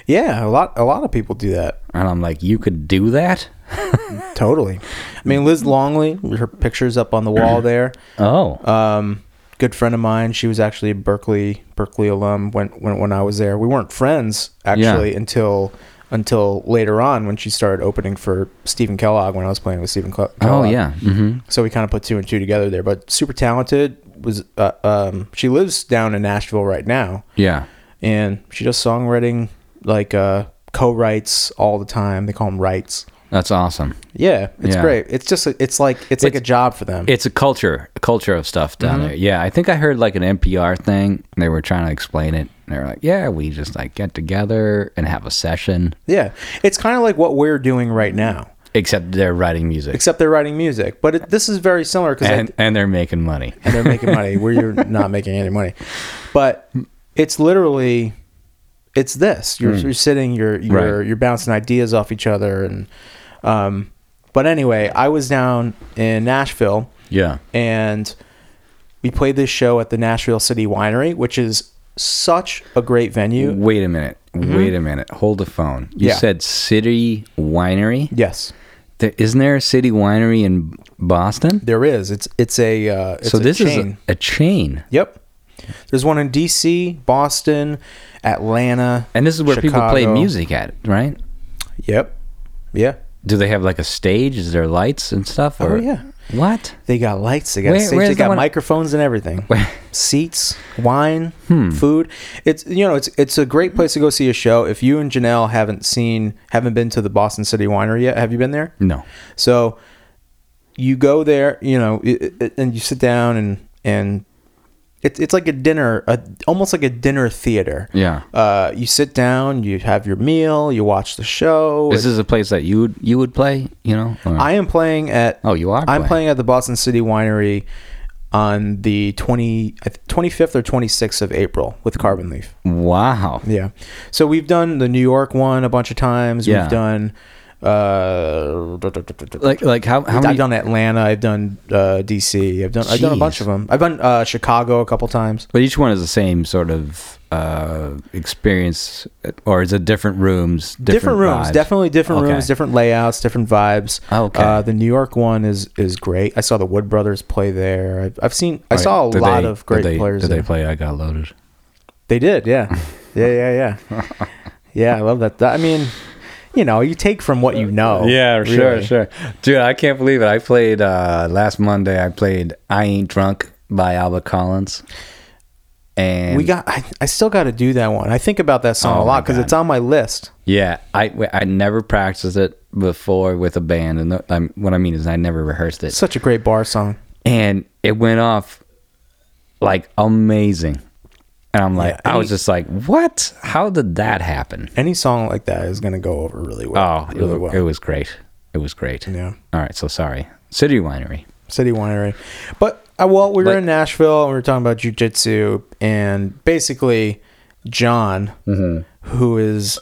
S1: Yeah, a lot a lot of people do that.
S2: And I'm like, you could do that?
S1: Totally. I mean, Liz Longley, her pictures up on the wall there.
S2: Oh,
S1: Um, good friend of mine. She was actually a Berkeley Berkeley alum when when, when I was there. We weren't friends actually until until later on when she started opening for Stephen Kellogg when I was playing with Stephen Kel-
S2: oh
S1: Kellogg.
S2: yeah. hmm
S1: So we kind of put two and two together there. But super talented was. Uh, um, she lives down in Nashville right now,
S2: Yeah.
S1: and she does songwriting like uh, co-writes all the time. They call them writes.
S2: That's awesome.
S1: Yeah, it's
S2: Yeah.
S1: great. It's just a- it's like it's, like a
S2: It's-
S1: job for them.
S2: It's a culture, a culture of stuff down there. Yeah, I think I heard like an NPR thing. And they were trying to explain it. And they were like, "Yeah, we just like get together and have a session."
S1: yeah, it's kind of like what we're doing right now,
S2: Except they're writing music
S1: except they're writing music. But it, this is very similar because
S2: and and they're making money.
S1: and they're making money where you're not making any money. But it's literally it's this. You're, you're sitting, you're you're
S2: Hmm. Right.
S1: you're bouncing ideas off each other and um but anyway, I was down in Nashville
S2: Yeah.
S1: and we played this show at the Nashville City Winery, which is such a great venue.
S2: Wait a minute. Wait a minute. Hold the phone. You
S1: Mm-hmm. Yeah.
S2: said City Winery.
S1: Yes,
S2: There, isn't there a City Winery in Boston?
S1: there is. It's it's a uh it's
S2: so this
S1: chain.
S2: is a, a chain,
S1: Yep. There's one in DC, Boston, Atlanta.
S2: and this is where people play
S1: Chicago.
S2: music at, right?
S1: Yep. Yeah.
S2: Do they have like a stage? Is there lights and stuff? Or,
S1: Oh, yeah.
S2: What?
S1: They got lights. They got
S2: Where-
S1: safety,
S2: where's
S1: They
S2: the
S1: got
S2: one-
S1: microphones and everything.
S2: Where- Hmm.
S1: Seats, wine, food. It's you know it's it's a great place to go see a show. If you and Janelle haven't seen haven't been to the Boston City Winery yet, have you been there?
S2: No.
S1: So you go there, you know, i i and you sit down and and it's it's like a dinner, a, almost like a dinner theater.
S2: Yeah.
S1: Uh, you sit down, you have your meal, you watch the show.
S2: This is a place that you would you would play, you know? Or-
S1: I am playing at.
S2: Oh, you are
S1: I'm
S2: playing.
S1: playing at the Boston City Winery on the 20, I th- 25th or 26th of April with Carbon Leaf.
S2: wow.
S1: Yeah. So we've done the New York one a bunch of times.
S2: Yeah.
S1: We've done. Uh,
S2: Like like how how many
S1: I've done Atlanta. I've done uh, DC. I've done. I've done a bunch
S2: Jeez.
S1: of them. I've done uh, Chicago a couple times.
S2: but each one is the same sort of uh experience or is it different rooms,
S1: Different, rooms,
S2: vibes?
S1: definitely different
S2: Okay.
S1: rooms, different layouts, different vibes.
S2: Okay.
S1: Uh, the New York one is is great. I saw the Wood Brothers play there. I've, I've seen. I
S2: Right.
S1: saw a
S2: Did
S1: lot
S2: they-
S1: of great
S2: did they,
S1: players.
S2: Did
S1: there.
S2: they play I Got Loaded?
S1: They did, yeah, yeah, yeah, yeah, yeah. I love that. That- I mean, you know, you take from what you know. Oh, really.
S2: Oh, sure. Dude, I can't believe it. I played uh last Monday I played I Ain't Drunk by Albert Collins. And
S1: We got. I, I still got to do that one. I think about that song
S2: Oh
S1: a
S2: my
S1: lot because
S2: God.
S1: it's on my list.
S2: Yeah, I I never practiced it before with a band, and I'm, what I mean is I never rehearsed it,
S1: Such a great bar song.
S2: and it went off like amazing, and I'm like,
S1: Yeah, and
S2: I was just like, what? How did that happen?
S1: Any song like that is going to go over really well.
S2: Oh, it,
S1: really
S2: wa-
S1: well.
S2: it was great. It was great.
S1: yeah.
S2: All right, so sorry, City Winery.
S1: City Winery. But uh, well, we were
S2: Like-
S1: in Nashville and we were talking about jujitsu, and basically, John,
S2: Mm-hmm.
S1: who is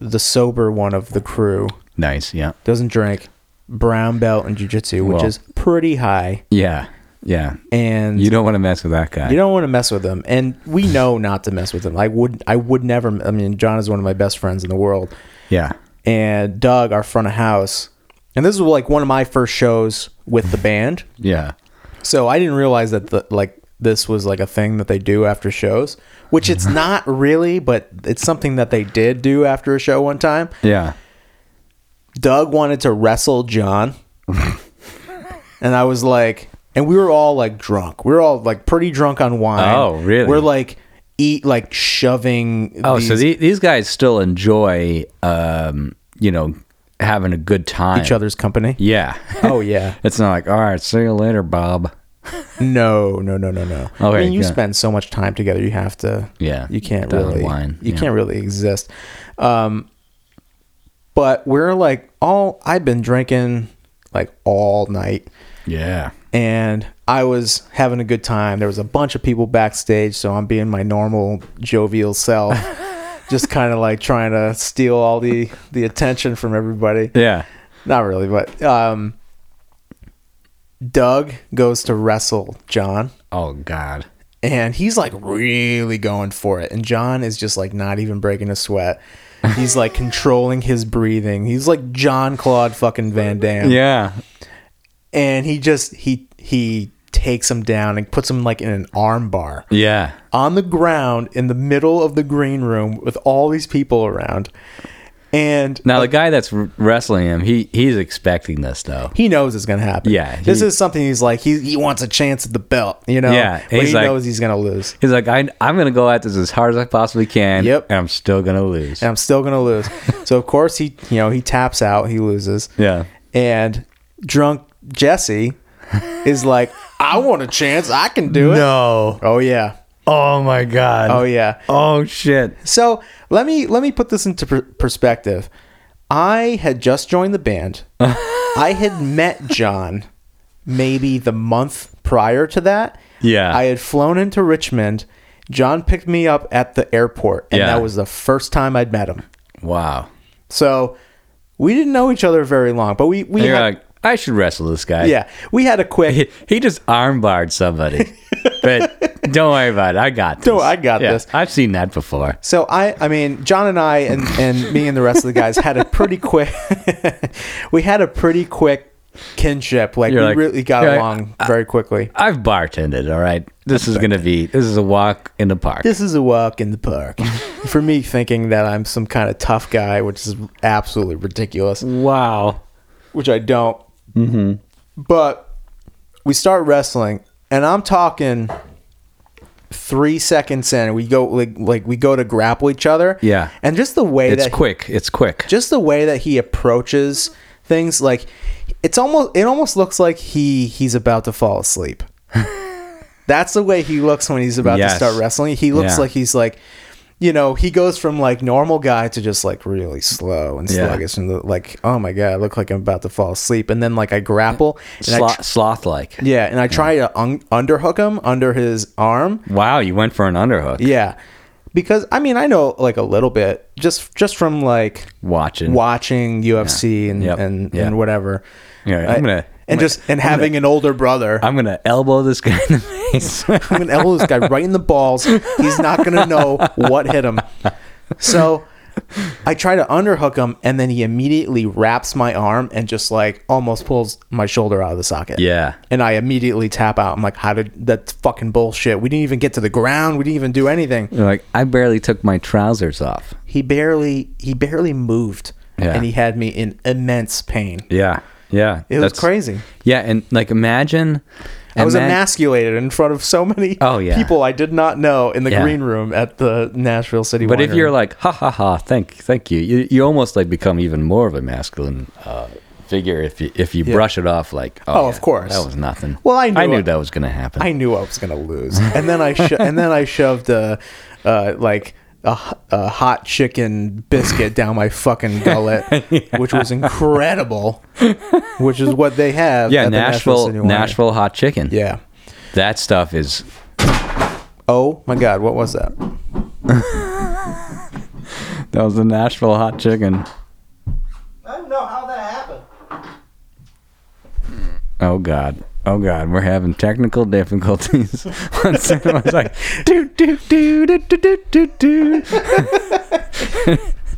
S1: the sober one of the crew,
S2: Nice. Yeah.
S1: doesn't drink, brown belt in jujitsu, which
S2: Well.
S1: is pretty high,
S2: Yeah. Yeah.
S1: and
S2: You
S1: you
S2: don't want to mess with that guy.
S1: don't, want to mess with them. And we know not to mess with them. I would I would never. I mean, John is one of my best friends in the world,
S2: yeah.
S1: and Doug, our front of house, and this was like one of my first shows with the band.
S2: Yeah.
S1: So I didn't realize that the like this was like a thing that they do after shows, which it's
S2: Mm-hmm.
S1: not really, but it's something that they did do after a show one time.
S2: Yeah.
S1: Doug wanted to wrestle John. and I was like, and we were all like drunk. We were all like pretty drunk on wine.
S2: Oh, really?
S1: We're like eat like shoving
S2: Oh,
S1: these-
S2: so the, these guys still enjoy, um, you know, having a good time.
S1: each other's company.
S2: Yeah.
S1: Oh yeah.
S2: it's not like, all right, see you later, Bob.
S1: No, no, no, no, no. I
S2: Okay,
S1: mean, you
S2: yeah.
S1: spend so much time together. You have to.
S2: Yeah,
S1: You can't
S2: down the
S1: really.
S2: line,
S1: You
S2: yeah.
S1: can't really exist. Um, but we're like all. I've been drinking like all night,
S2: Yeah.
S1: and I was having a good time. There was a bunch of people backstage, so I'm being my normal jovial self, just kind of like trying to steal all the the attention from everybody
S2: Yeah.
S1: not really, but um, Doug goes to wrestle John,
S2: Oh God.
S1: and he's like really going for it, and John is just like not even breaking a sweat. He's like controlling his breathing. He's like John Claude fucking Van Damme,
S2: Yeah.
S1: and he just he he takes him down and puts him like in an arm bar
S2: Yeah.
S1: on the ground in the middle of the green room with all these people around, and
S2: Now the guy that's r- wrestling him, he he's expecting this though.
S1: he knows it's gonna happen.
S2: Yeah,
S1: this
S2: he-
S1: is something he's like he he wants a chance at the belt, you know.
S2: Yeah,
S1: but
S2: he's
S1: he
S2: like-
S1: knows he's gonna lose,
S2: He's like, I, I'm going to go at this as hard as I possibly can.
S1: Yep.
S2: And I'm still going to lose.
S1: and I'm still gonna lose. so of course he you know he taps out, he loses.
S2: Yeah.
S1: and drunk Jesse is like, I want a chance, I can do it.
S2: No.
S1: Oh yeah,
S2: Oh my God.
S1: oh yeah.
S2: Oh shit.
S1: So let me let me put this into per- perspective. I had just joined the band. I had met John maybe the month prior to that.
S2: Yeah.
S1: I had flown into Richmond. John picked me up at the airport, and
S2: Yeah.
S1: that was the first time I'd met him.
S2: Wow.
S1: So we didn't know each other very long, but we we
S2: You're
S1: had,
S2: like, I should wrestle this guy.
S1: yeah we had a quick.
S2: He, he just armbarred somebody. but don't worry about it. I got this.
S1: Don't- I got
S2: Yeah,
S1: this.
S2: I've seen that before.
S1: So I I mean John and I and and me and the rest of the guys had a pretty quick. we had a pretty quick kinship. Like
S2: You're
S1: we
S2: like-
S1: really got
S2: you're like, "Uh,
S1: along very quickly.
S2: I've bartended, all right? This is going to be, this is a walk in the park.
S1: This is a walk in the park. For me, thinking that I'm some kind of tough guy, which is absolutely ridiculous,
S2: wow.
S1: which I don't. Mm-hmm. But we start wrestling, and I'm talking three seconds in. We go like like we go to grapple each other.
S2: Yeah.
S1: and just the way
S2: It's
S1: that
S2: quick. It's quick.
S1: just the way that he approaches things, like it's almost it almost looks like he he's about to fall asleep. That's the way he looks when he's about
S2: Yes.
S1: to start wrestling. He looks
S2: Yeah.
S1: like he's like, you know, he goes from like normal guy to just like really slow and
S2: Yeah.
S1: sluggish and look like, oh my god, I look like I'm about to fall asleep. And then like I grapple and I
S2: Sloth,
S1: tr-
S2: sloth like.
S1: yeah, and I try to un- underhook him under his arm.
S2: Wow, you went for an underhook.
S1: Yeah, because I mean I know like a little bit just just from like
S2: Watching.
S1: watching UFC and
S2: Yep.
S1: and,
S2: Yeah.
S1: and whatever.
S2: Yeah, I'm
S1: I-
S2: gonna-
S1: and just and having an older brother. I'm,
S2: I'm going to elbow this guy in the face.
S1: gonna elbow this guy right in the balls. He's not gonna know what hit him. So I try to underhook him, and then he immediately wraps my arm and just like almost pulls my shoulder out of the socket.
S2: yeah.
S1: And I immediately tap out. I'm like, how did that's fucking bullshit? We didn't even get to the ground. We didn't even do anything.
S2: You're like, I barely took my trousers off.
S1: He barely he barely moved.
S2: Yeah.
S1: And he had me in immense pain.
S2: Yeah. Yeah.
S1: It was crazy.
S2: Yeah. And like, imagine.
S1: I was
S2: ima-
S1: emasculated in front of so many
S2: Oh, yeah.
S1: people I did not know in the
S2: Yeah.
S1: green room at the Nashville City.
S2: But if
S1: Winery.
S2: you're like, ha ha ha, thank, thank you, you, you almost like become even more of a masculine uh, figure if you if you brush it off like, oh,
S1: Oh, of course.
S2: that was nothing.
S1: Well, I
S2: I
S1: knew
S2: knew
S1: it.
S2: that was gonna happen.
S1: I knew I was gonna lose, and then I sho- and then I shoved a, uh, like a, h- a hot chicken biscuit down my fucking gullet, which was incredible, which is what they have.
S2: yeah,
S1: at the
S2: Nashville,
S1: City
S2: Nashville,
S1: Winery.
S2: hot chicken.
S1: Yeah.
S2: that stuff is.
S1: Oh my God, what was that?
S2: That was the Nashville hot chicken.
S1: I don't know how that happened.
S2: Oh God. Oh God, we're having technical difficulties. One second, I was like, do do do do do do do do.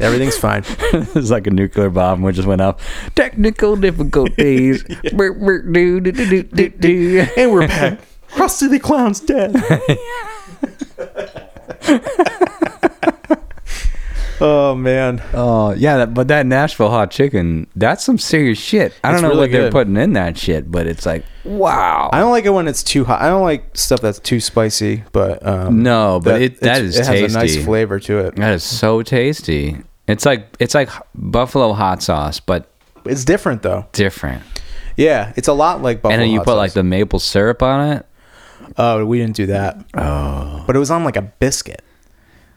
S1: Everything's fine.
S2: it's like a nuclear bomb which just went off. Technical difficulties. Burp, burp, do, do, do, do, do, do.
S1: And we're back. Krusty the Clown's dead. oh man,
S2: Oh yeah, that, but that Nashville hot chicken, that's some serious shit. I
S1: It's
S2: don't know
S1: really
S2: what they're
S1: good.
S2: putting in that shit, but it's like wow.
S1: I don't like it when it's too hot. I don't like stuff that's too spicy. But um,
S2: No, but it- that
S1: it's-
S2: is
S1: it has a nice
S2: tasty.
S1: flavor to it.
S2: that is so tasty. It's like it's like buffalo hot sauce, but
S1: It's different though.
S2: different.
S1: Yeah, it's a lot like buffalo.
S2: and then you
S1: hot
S2: put
S1: sauce.
S2: like the maple syrup on it.
S1: Oh, we didn't do that.
S2: Oh
S1: But it was on like a biscuit,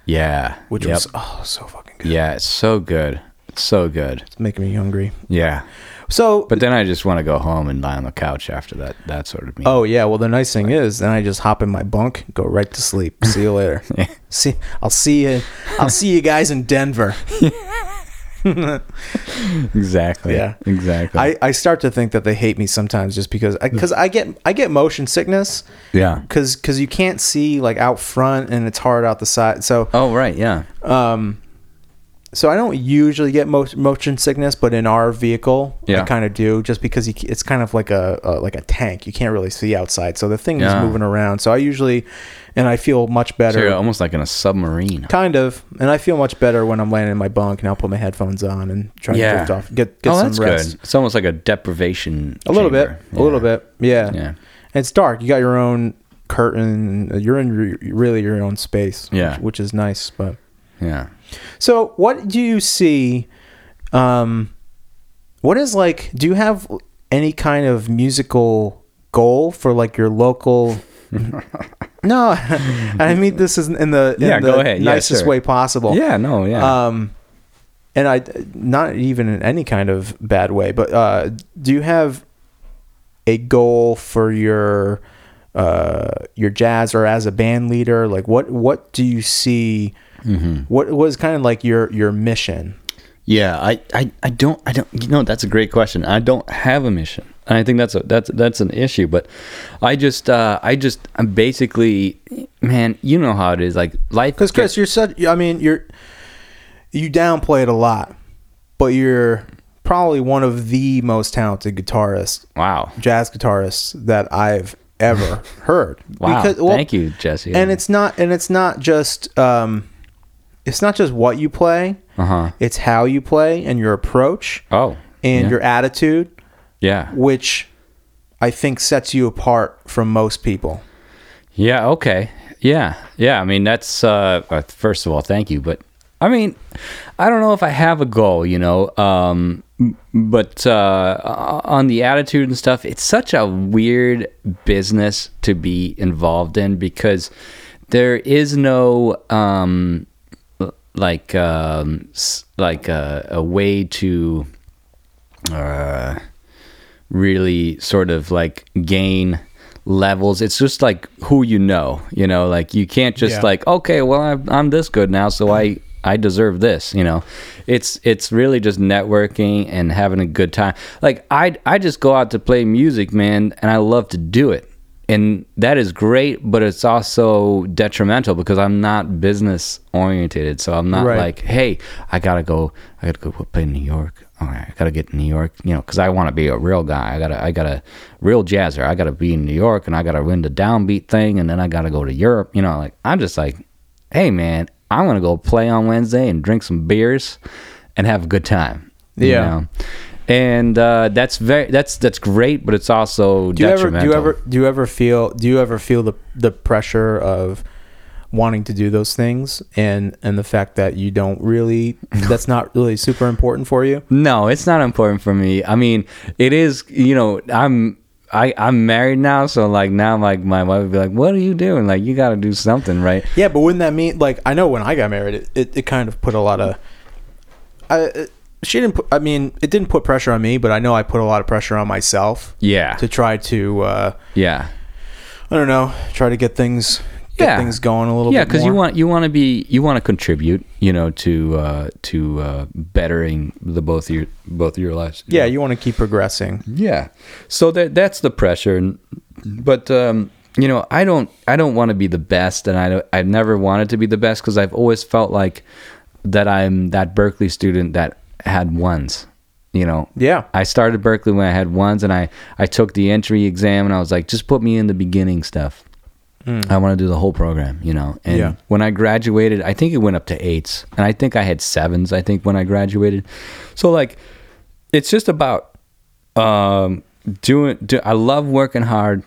S2: yeah,
S1: which
S2: Yep.
S1: was oh so fucking good.
S2: yeah, it's so good, it's so good.
S1: It's making me hungry.
S2: Yeah,
S1: So,
S2: but then I just want to go home and lie on the couch after that. That sort of meal.
S1: oh yeah. Well, the nice thing is, then I just hop in my bunk, go right to sleep. See you later. see, I'll see you. I'll see you guys in Denver.
S2: exactly.
S1: Yeah.
S2: exactly.
S1: I, I start to think that they hate me sometimes just because because I, get I get motion sickness
S2: yeah.
S1: because because you can't see like out front and it's hard out the side. So
S2: Oh right, yeah.
S1: um, so I don't usually get mo- motion sickness, but in our vehicle, I
S2: Yeah.
S1: kind of do, just because you, c- it's kind of like a, a like a tank. You can't really see outside, so the thing
S2: Yeah.
S1: is moving around. So I usually, and I feel much
S2: So
S1: better,
S2: you're almost like in a submarine.
S1: kind of, and I feel much better when I'm laying in my bunk and I'll put my headphones on and try
S2: Yeah.
S1: to drift off, get get
S2: oh,
S1: some
S2: that's
S1: rest.
S2: good. It's almost like a deprivation.
S1: A little
S2: chamber.
S1: bit,
S2: Yeah.
S1: a little bit, yeah.
S2: Yeah.
S1: And it's dark. You got your own curtain. You're in re- really your own space,
S2: Yeah.
S1: which, which is nice, but.
S2: Yeah.
S1: So, what do you see? Um, what is like? Do you have any kind of musical goal for like your local? no, I mean this is in the in
S2: Yeah,
S1: the
S2: go ahead. Yeah,
S1: nicest
S2: sure.
S1: way possible.
S2: Yeah. No. Yeah.
S1: Um, and I not even in any kind of bad way, but uh, do you have a goal for your uh, your jazz or as a band leader? Like, what what do you see?
S2: Mm-hmm.
S1: What was kind of like your your mission?
S2: yeah. I, I. I. don't. I don't. You know. That's a great question. I don't have a mission. And I think that's a that's that's an issue. But I just. Uh, I just. I'm basically. Man, you know how it is. Like life.
S1: Because Chris, you're such. I mean, you're you downplay it a lot, but you're probably one of the most talented guitarists,
S2: wow.
S1: jazz guitarists that I've ever heard.
S2: Wow.
S1: Because- well,
S2: Thank you, Jesse.
S1: and it's not and it's not just um it's not just what you play
S2: Uh huh.
S1: it's how you play and your approach
S2: Oh.
S1: and
S2: yeah.
S1: your attitude
S2: Yeah.
S1: which i think sets you apart from most people
S2: Yeah, okay. Yeah. Yeah, I mean that's uh uh, first of all, thank you, but I mean, I don't know if I have a goal, you know, um m- but uh o- on the attitude and stuff, it's such a weird business to be involved in because there is no um l- like um s- like uh, a, a way to uh, really sort of like gain levels. It's just like who you know, you know, like you can't just
S1: Yeah.
S2: like, okay, well, I'm, I'm this good now, so I, I deserve this, you know. It's it's really just networking and having a good time. Like I I just go out to play music, man, and I love to do it. And that is great, but it's also detrimental because I'm not business oriented. So I'm not
S1: Right.
S2: like like, hey, I gotta go, I gotta go play in New York. All right, I gotta get in New York, you know, because I want to be a real guy. I gotta, I gotta, real jazzer. I gotta be in New York, and I gotta win the downbeat thing, and then I gotta go to Europe. You know, like I'm just like, hey, man, I'm gonna go play on Wednesday and drink some beers, and have a good time. you
S1: Yeah.
S2: know? and uh, that's very, that's that's great, but it's also
S1: do you ever
S2: detrimental.
S1: do you ever do you ever feel do you ever feel the the pressure of wanting to do those things and and the fact that you don't really that's not really super important for you
S2: No, it's not important for me. I mean, it is. You know, I'm I I'm married now, so like now, like my wife would be like, "What are you doing? Like you got to do something, right?"
S1: Yeah, but wouldn't that mean like I know when I got married, it, it, it kind of put a lot of. I it- she didn't. Put, I mean, it didn't put pressure on me, but I know I put a lot of pressure on myself
S2: Yeah,
S1: to try to. Uh,
S2: yeah,
S1: I don't know, try to get things get
S2: Yeah.
S1: things going a little
S2: yeah.
S1: bit.
S2: Because you
S1: more.
S2: want you want to be you want to contribute, you know, to uh, to uh, bettering the both of your both of your lives.
S1: Yeah, you want to keep progressing.
S2: yeah so that that's the pressure and but um you know i don't i don't want to be the best and i don't, i've never wanted to be the best because i've always felt like that i'm that berkeley student that had ones you know
S1: Yeah.
S2: I started Berkeley when I had ones, and I I took the entry exam, and I was like, just put me in the beginning stuff.
S1: Mm.
S2: I want to do the whole program, you know. And
S1: Yeah.
S2: when I graduated, I think it went up to eights, and I think I had sevens. I think when I graduated, so like, it's just about um, doing. Do, I love working hard,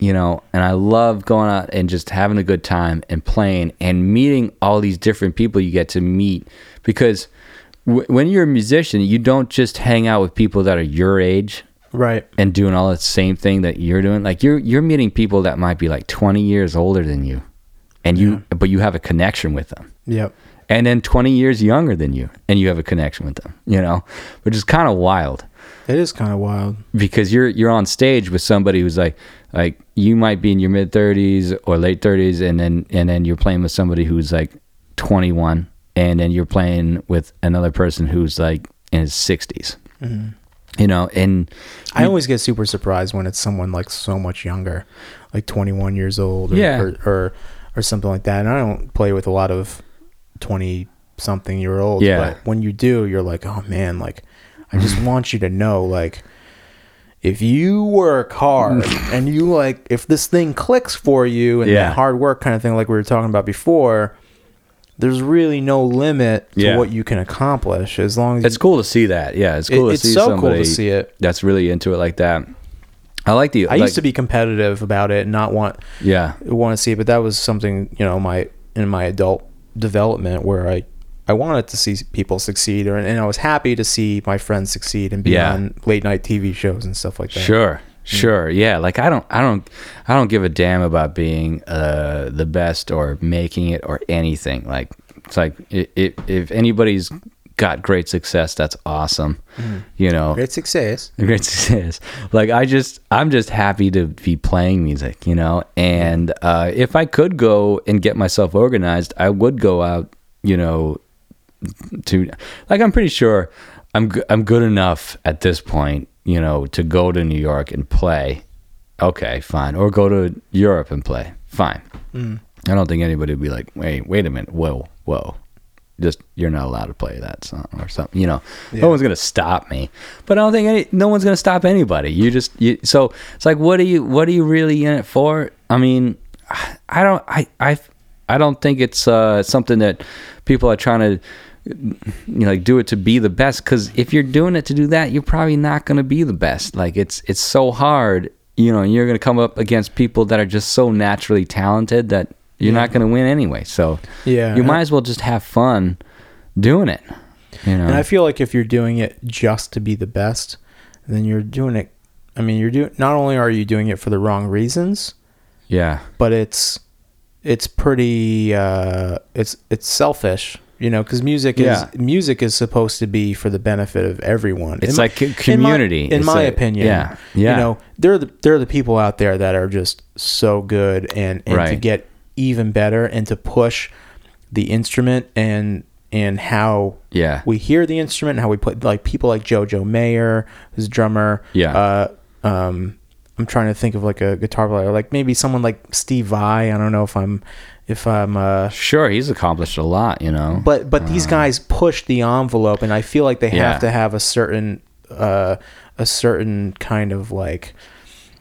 S2: you know, and I love going out and just having a good time and playing and meeting all these different people you get to meet because w- when you're a musician, you don't just hang out with people that are your age
S1: Right.
S2: and doing all the same thing that you're doing like you're you're meeting people that might be like 20 years older than you and you but you have a connection with them
S1: Yep.
S2: and then 20 years younger than you and you have a connection with them you know which is kind of wild
S1: It is kind of wild.
S2: because you're you're on stage with somebody who's like like you might be in your mid 30s or late 30s and then and then you're playing with somebody who's like 21 and then you're playing with another person who's like in his 60s you know and
S1: I always get super surprised when it's someone like so much younger, like 21 years old or,
S2: Yeah.
S1: or, or, or something like that. And I don't play with a lot of 20 something year olds.
S2: Yeah.
S1: But when you do, you're like, oh man, like, I just want you to know, like, if you work hard and you like, if this thing clicks for you and
S2: Yeah.
S1: that hard work kind of thing, like we were talking about before, there's really no limit to
S2: Yeah.
S1: what you can accomplish as long as
S2: It's cool to see that. Yeah, it's
S1: It-
S2: cool to
S1: it's
S2: see
S1: so cool to
S2: somebody
S1: see it.
S2: that's really into it like that. I like the.
S1: I used to be competitive about it and not want
S2: Yeah,
S1: want to see it, but that was something you know my in my adult development where I I wanted to see people succeed, or, and I was happy to see my friends succeed and be
S2: Yeah.
S1: on late night TV shows and stuff like that.
S2: sure, sure. Yeah, like I don't, I don't, I don't give a damn about being uh, the best or making it or anything. Like it's like i i if anybody's got great success, that's awesome. You know,
S1: Mm. Great success.
S2: the great success. Like I just, I'm just happy to be playing music, you know. And uh, if I could go and get myself organized, I would go out, you know, to like I'm pretty sure I'm g- I'm good enough at this point, you know, to go to New York and play. Okay, fine. Or go to Europe and play. Fine. I don't think anybody would be like, wait, wait a minute, whoa, whoa. Just you're not allowed to play that song or something, you know. No one's gonna stop me, but I don't think any, no one's gonna stop anybody. You just you, so it's like, what are you, what are you really in it for? I mean, I don't, I, I, I don't think it's uh, something that people are trying to, you know, like do it to be the best. Because if you're doing it to do that, you're probably not gonna be the best. Like it's, it's so hard, you know. And you're gonna come up against people that are just so naturally talented that you're not gonna win anyway. So
S1: Yeah,
S2: you
S1: and-
S2: might as well just have fun doing it. You know.
S1: And I feel like if you're doing it just to be the best, then you're doing it. I mean, you're doing. Not only are you doing it for the wrong reasons,
S2: yeah.
S1: but it's it's pretty uh it's it's selfish you know because music
S2: Yeah.
S1: is music is supposed to be for the benefit of everyone
S2: It's
S1: my-
S2: like a
S1: in my-
S2: community.
S1: in my,
S2: It's like-
S1: opinion
S2: yeah, yeah.
S1: you know there are the, there are the people out there that are just so good and, and to
S2: Right.
S1: get even better and to push the instrument and and how
S2: Yeah.
S1: we hear the instrument, how we play, like people like JoJo Mayer, who's a drummer.
S2: Yeah.
S1: Uh, um, I'm trying to think of like a guitar player, like maybe someone like Steve Vai. I don't know if I'm, if I'm, uh,
S2: Sure, he's accomplished a lot, you know.
S1: but but these guys push the envelope, and I feel like they
S2: Yeah.
S1: have to have a certain, uh, a certain kindd of like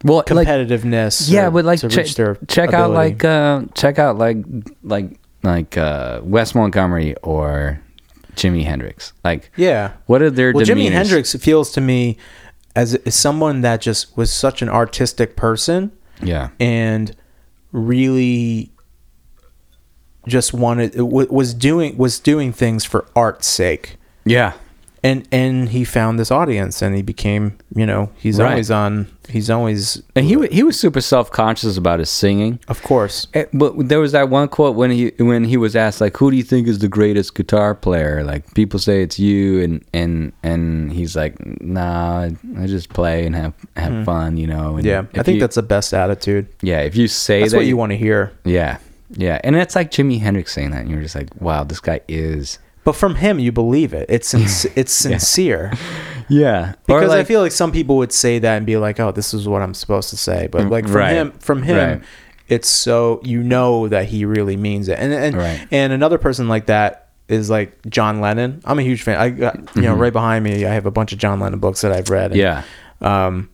S2: well,
S1: competitiveness.
S2: like, yeah,
S1: or-
S2: but like
S1: to
S2: check,
S1: reach their
S2: check out
S1: ability.
S2: like uh, check out like like like uh, Wes Montgomery or Jimi Hendrix. Like,
S1: yeah.
S2: what are their
S1: Well, Jimi
S2: demeanors?
S1: Hendrix feels to me as, as someone that just was such an artistic person.
S2: Yeah,
S1: and really just wanted w- was doing was doing things for art's sake
S2: yeah,
S1: and and he found this audience and he became you know he's
S2: Right.
S1: always on he's always
S2: and he wa- he was super self conscious about his singing.
S1: of course
S2: Eh, But there was that one quote when he when he was asked like, "Who do you think is the greatest guitar player?" Like people say it's you, and and and he's like, "Nah, I- I just play and have have fun, you know." And
S1: Hmm. yeah i
S2: if
S1: think
S2: you-
S1: that's the best attitude
S2: yeah. If you say
S1: that's
S2: that,
S1: what you want to hear
S2: Yeah, yeah, and it's like Jimi Hendrix saying that, and you're just like, "Wow, this guy is."
S1: but from him you believe it it's sinc- it's sincere
S2: Yeah,
S1: because i feel like some people would say that and be like oh this is what i'm supposed to say but like from
S2: Mm, right,
S1: him from him
S2: right.
S1: it's so you know that he really means it and and
S2: Right.
S1: and another person like that is like John Lennon. I'm a huge fan. I got, you know, right behind me, I have a bunch of John Lennon books that I've read. And,
S2: Mm-hmm. Yeah.
S1: Um,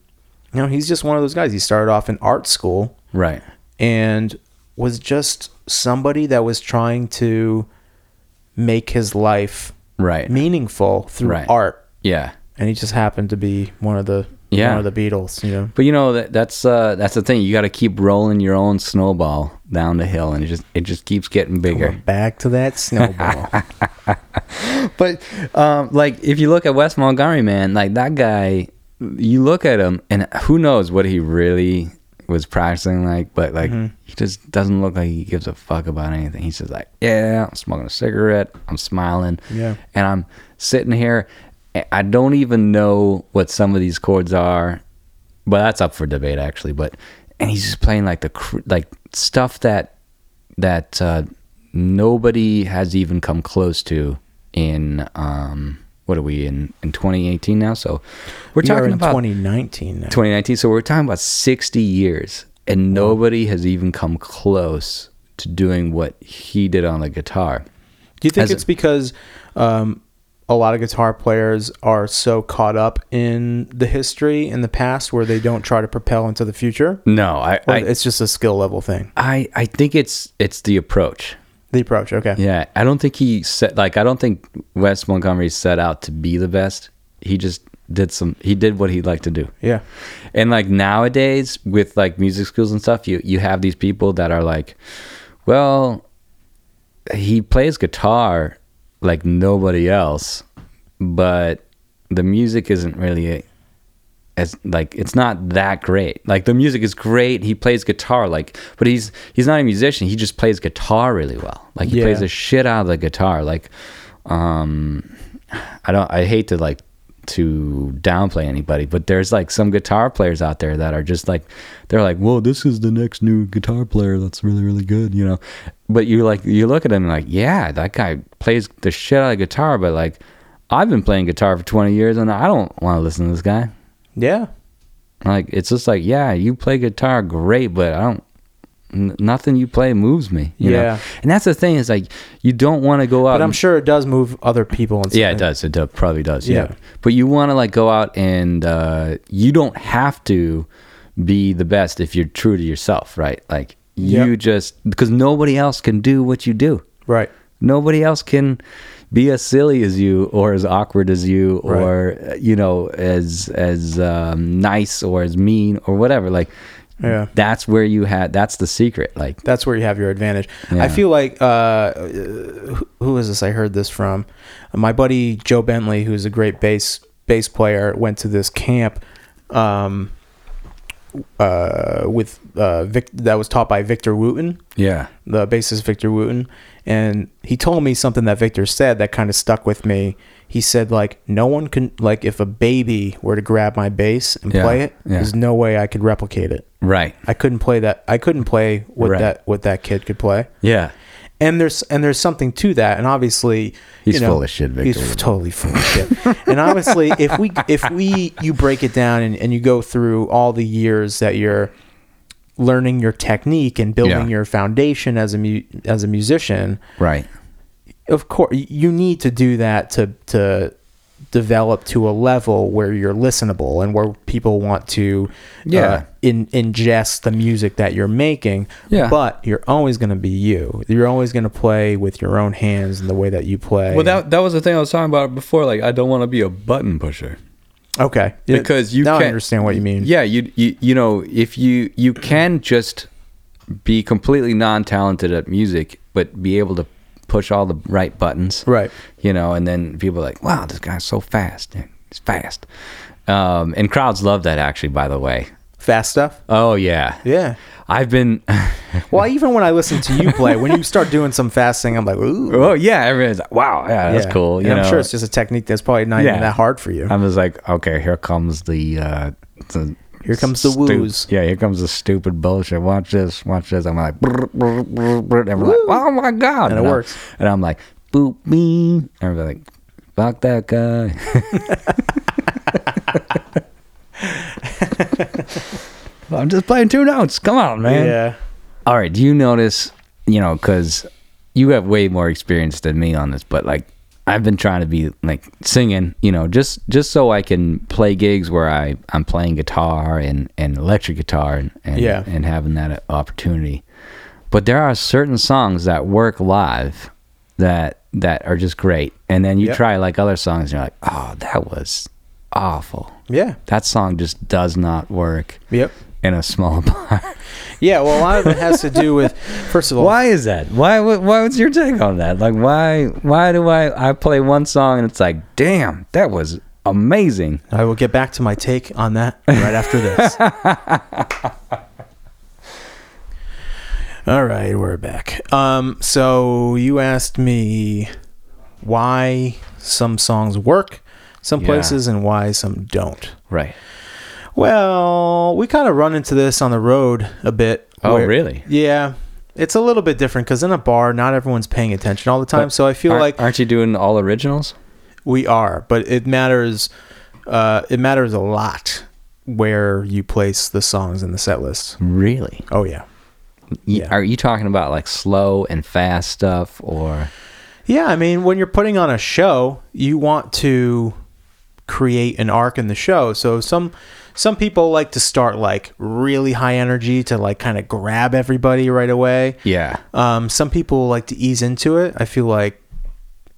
S1: you know, he's just one of those guys. He started off in art school
S2: Right.
S1: and was just somebody that was trying to make his life
S2: Right.
S1: meaningful through
S2: Right.
S1: art.
S2: Yeah.
S1: And he just happened to be one of the
S2: Yeah.
S1: one of the Beatles, you know.
S2: But you know that that's uh that's the thing. You got to keep rolling your own snowball down the hill, and it just it just keeps getting bigger.
S1: Back to that snowball.
S2: But um, like if you look at Wes Montgomery, man, like that guy, you look at him, and who knows what he really was practicing like, but like he just doesn't look like he gives a fuck about anything. He's just like, yeah, I'm smoking a cigarette, I'm smiling,
S1: Yeah.
S2: and I'm sitting here. and I don't even know what some of these chords are, but that's up for debate actually. But and he's just playing like the cr- like stuff that that uh, nobody has even come close to in um what are we in in 2018 now? So we're
S1: we are
S2: talking
S1: in
S2: about
S1: 2019 now.
S2: 2019. So we're talking about 60 years, and nobody has even come close to doing what he did on the guitar.
S1: Do you think
S2: As
S1: it's because um, a lot of guitar players are so caught up in the history in the past where they don't try to propel into the future?
S2: No, I
S1: Or
S2: I,
S1: it's just a skill level thing.
S2: I I think it's it's the approach.
S1: The approach, okay.
S2: Yeah, I don't think he set like I don't think Wes Montgomery set out to be the best. He just did some. He did what he liked to do.
S1: Yeah.
S2: And like nowadays with like music schools and stuff, you you have these people that are like, well, he plays guitar like nobody else, but the music isn't really as like it's not that great. Like the music is great. He plays guitar like, but he's he's not a musician. He just plays guitar really well. Like he
S1: Yeah.
S2: plays the shit out of the guitar. Like, um, I don't. I hate to like to downplay anybody, but there's like some guitar players out there that are just like they're like, whoa, this is the next new guitar player that's really really good, you know. But you like you look at him like, yeah, that guy plays the shit out of guitar, but like. I've been playing guitar for 20 years and I don't want to listen to this guy.
S1: Yeah.
S2: Like it's just like, yeah, you play guitar great, but I don't. N- nothing you play moves me. you know?
S1: Yeah.
S2: and that's the thing is like you don't want to go out.
S1: But I'm
S2: and-
S1: sure it does move other people. And
S2: Um, yeah, it does. It do, probably does. Yeah,
S1: Yeah.
S2: but you want to like go out and uh, you don't have to be the best if you're true to yourself, right? Like you
S1: Yep.
S2: just because nobody else can do what you do.
S1: Right.
S2: Nobody else can be as silly as you, or as awkward as you, or uh, you know, as as um, nice or as mean or whatever. Like,
S1: Yeah.
S2: that's where you had. That's the secret. Like,
S1: That's where you have your advantage.
S2: Yeah.
S1: I feel like uh, uh, who- who is this? I heard this from my buddy Joe Bentley, who's a great bass bass player. Went to this camp um, uh, with uh, Vic, that was taught by Victor Wooten,
S2: yeah,
S1: the bassist Victor Wooten, and he told me something that Victor said that kind of stuck with me. He said like no one can like if a baby were to grab my bass and
S2: Yeah,
S1: play it,
S2: yeah.
S1: there's no way I could replicate it.
S2: right,
S1: I couldn't play that. I couldn't play what
S2: Right.
S1: that what that kid could play.
S2: yeah,
S1: And there's and there's something to that. And obviously,
S2: He's full of shit,
S1: He's
S2: Victor.
S1: f- totally full of shit. and obviously, if we if we you break it down and, and you go through all the years that you're learning your technique and building
S2: Yeah.
S1: your foundation as a mu- as a musician,
S2: right,
S1: of course you need to do that to to develop to a level where you're listenable and where people want to uh,
S2: Yeah.
S1: in, ingest the music that you're making
S2: Yeah.
S1: but you're always going to be you you're always going to play with your own hands and the way that you play
S2: Well, that that was the thing I was talking about before. Like, I don't want to be a button pusher.
S1: okay
S2: because you
S1: now
S2: can't
S1: i understand what you mean
S2: Yeah, you you you know if you you can just be completely non-talented at music, but be able to push all the right buttons,
S1: Right.
S2: You know, and then people are like, "Wow, this guy's so fast! man. He's fast!" Um, and crowds love that actually. By the way,
S1: fast stuff
S2: oh yeah,
S1: yeah
S2: I've been.
S1: well even when i listen to you play when you start doing some fasting i'm like ooh
S2: oh yeah, everyone's like, "Wow, yeah, that's
S1: Yeah.
S2: cool." You
S1: and i'm
S2: know?
S1: sure it's just a technique that's probably not
S2: Yeah.
S1: even that hard for you
S2: I was like, okay, here comes the. Uh, the
S1: Here comes the
S2: stu-
S1: woos.
S2: Yeah, here comes the stupid bullshit. Watch this, watch this. I'm like, brr, brr, brr, brr. And everyone's like, oh my god,
S1: And it
S2: I'm-
S1: works.
S2: And I'm like, boop me. Everybody's like, fuck that guy. I'm just playing two notes. Come on, man.
S1: yeah
S2: All right. Do you notice? You know, because you have way more experience than me on this, but like I've been trying to be like singing, you know, just just so I can play gigs where I I'm playing guitar and and electric guitar and and,
S1: Yeah.
S2: and having that opportunity. But there are certain songs that work live that that are just great, and then you
S1: Yep.
S2: try like other songs, and you're like, oh, that was awful.
S1: Yeah.
S2: That song just does not work
S1: Yep.
S2: in a small bar.
S1: Yeah. Well, a lot of it has to do with first of all.
S2: Why is that? Why? wa- Why was your take on that? Like, why? Why do I? I play one song and it's like, damn, that was amazing.
S1: I will get back to my take on that right after this. All right, we're back. Um, so you asked me why some songs work some
S2: Yeah.
S1: places and why some don't.
S2: Right.
S1: Well, we kind of run into this on the road a bit.
S2: Oh,
S1: where-
S2: really?
S1: Yeah. It's a little bit different because in a bar, not everyone's paying attention all the time. so I feel
S2: aren't,
S1: like
S2: aren't you doing all originals?
S1: we are, but it matters. Uh, it matters a lot where you place the songs in the set list.
S2: Really?
S1: Oh yeah,
S2: Yeah.
S1: Yeah.
S2: Are you talking about like slow and fast stuff or?
S1: yeah. I mean, when you're putting on a show, you want to create an arc in the show. So some some people like to start like really high energy to like kind of grab everybody right away.
S2: Yeah.
S1: Um, some people like to ease into it. I feel like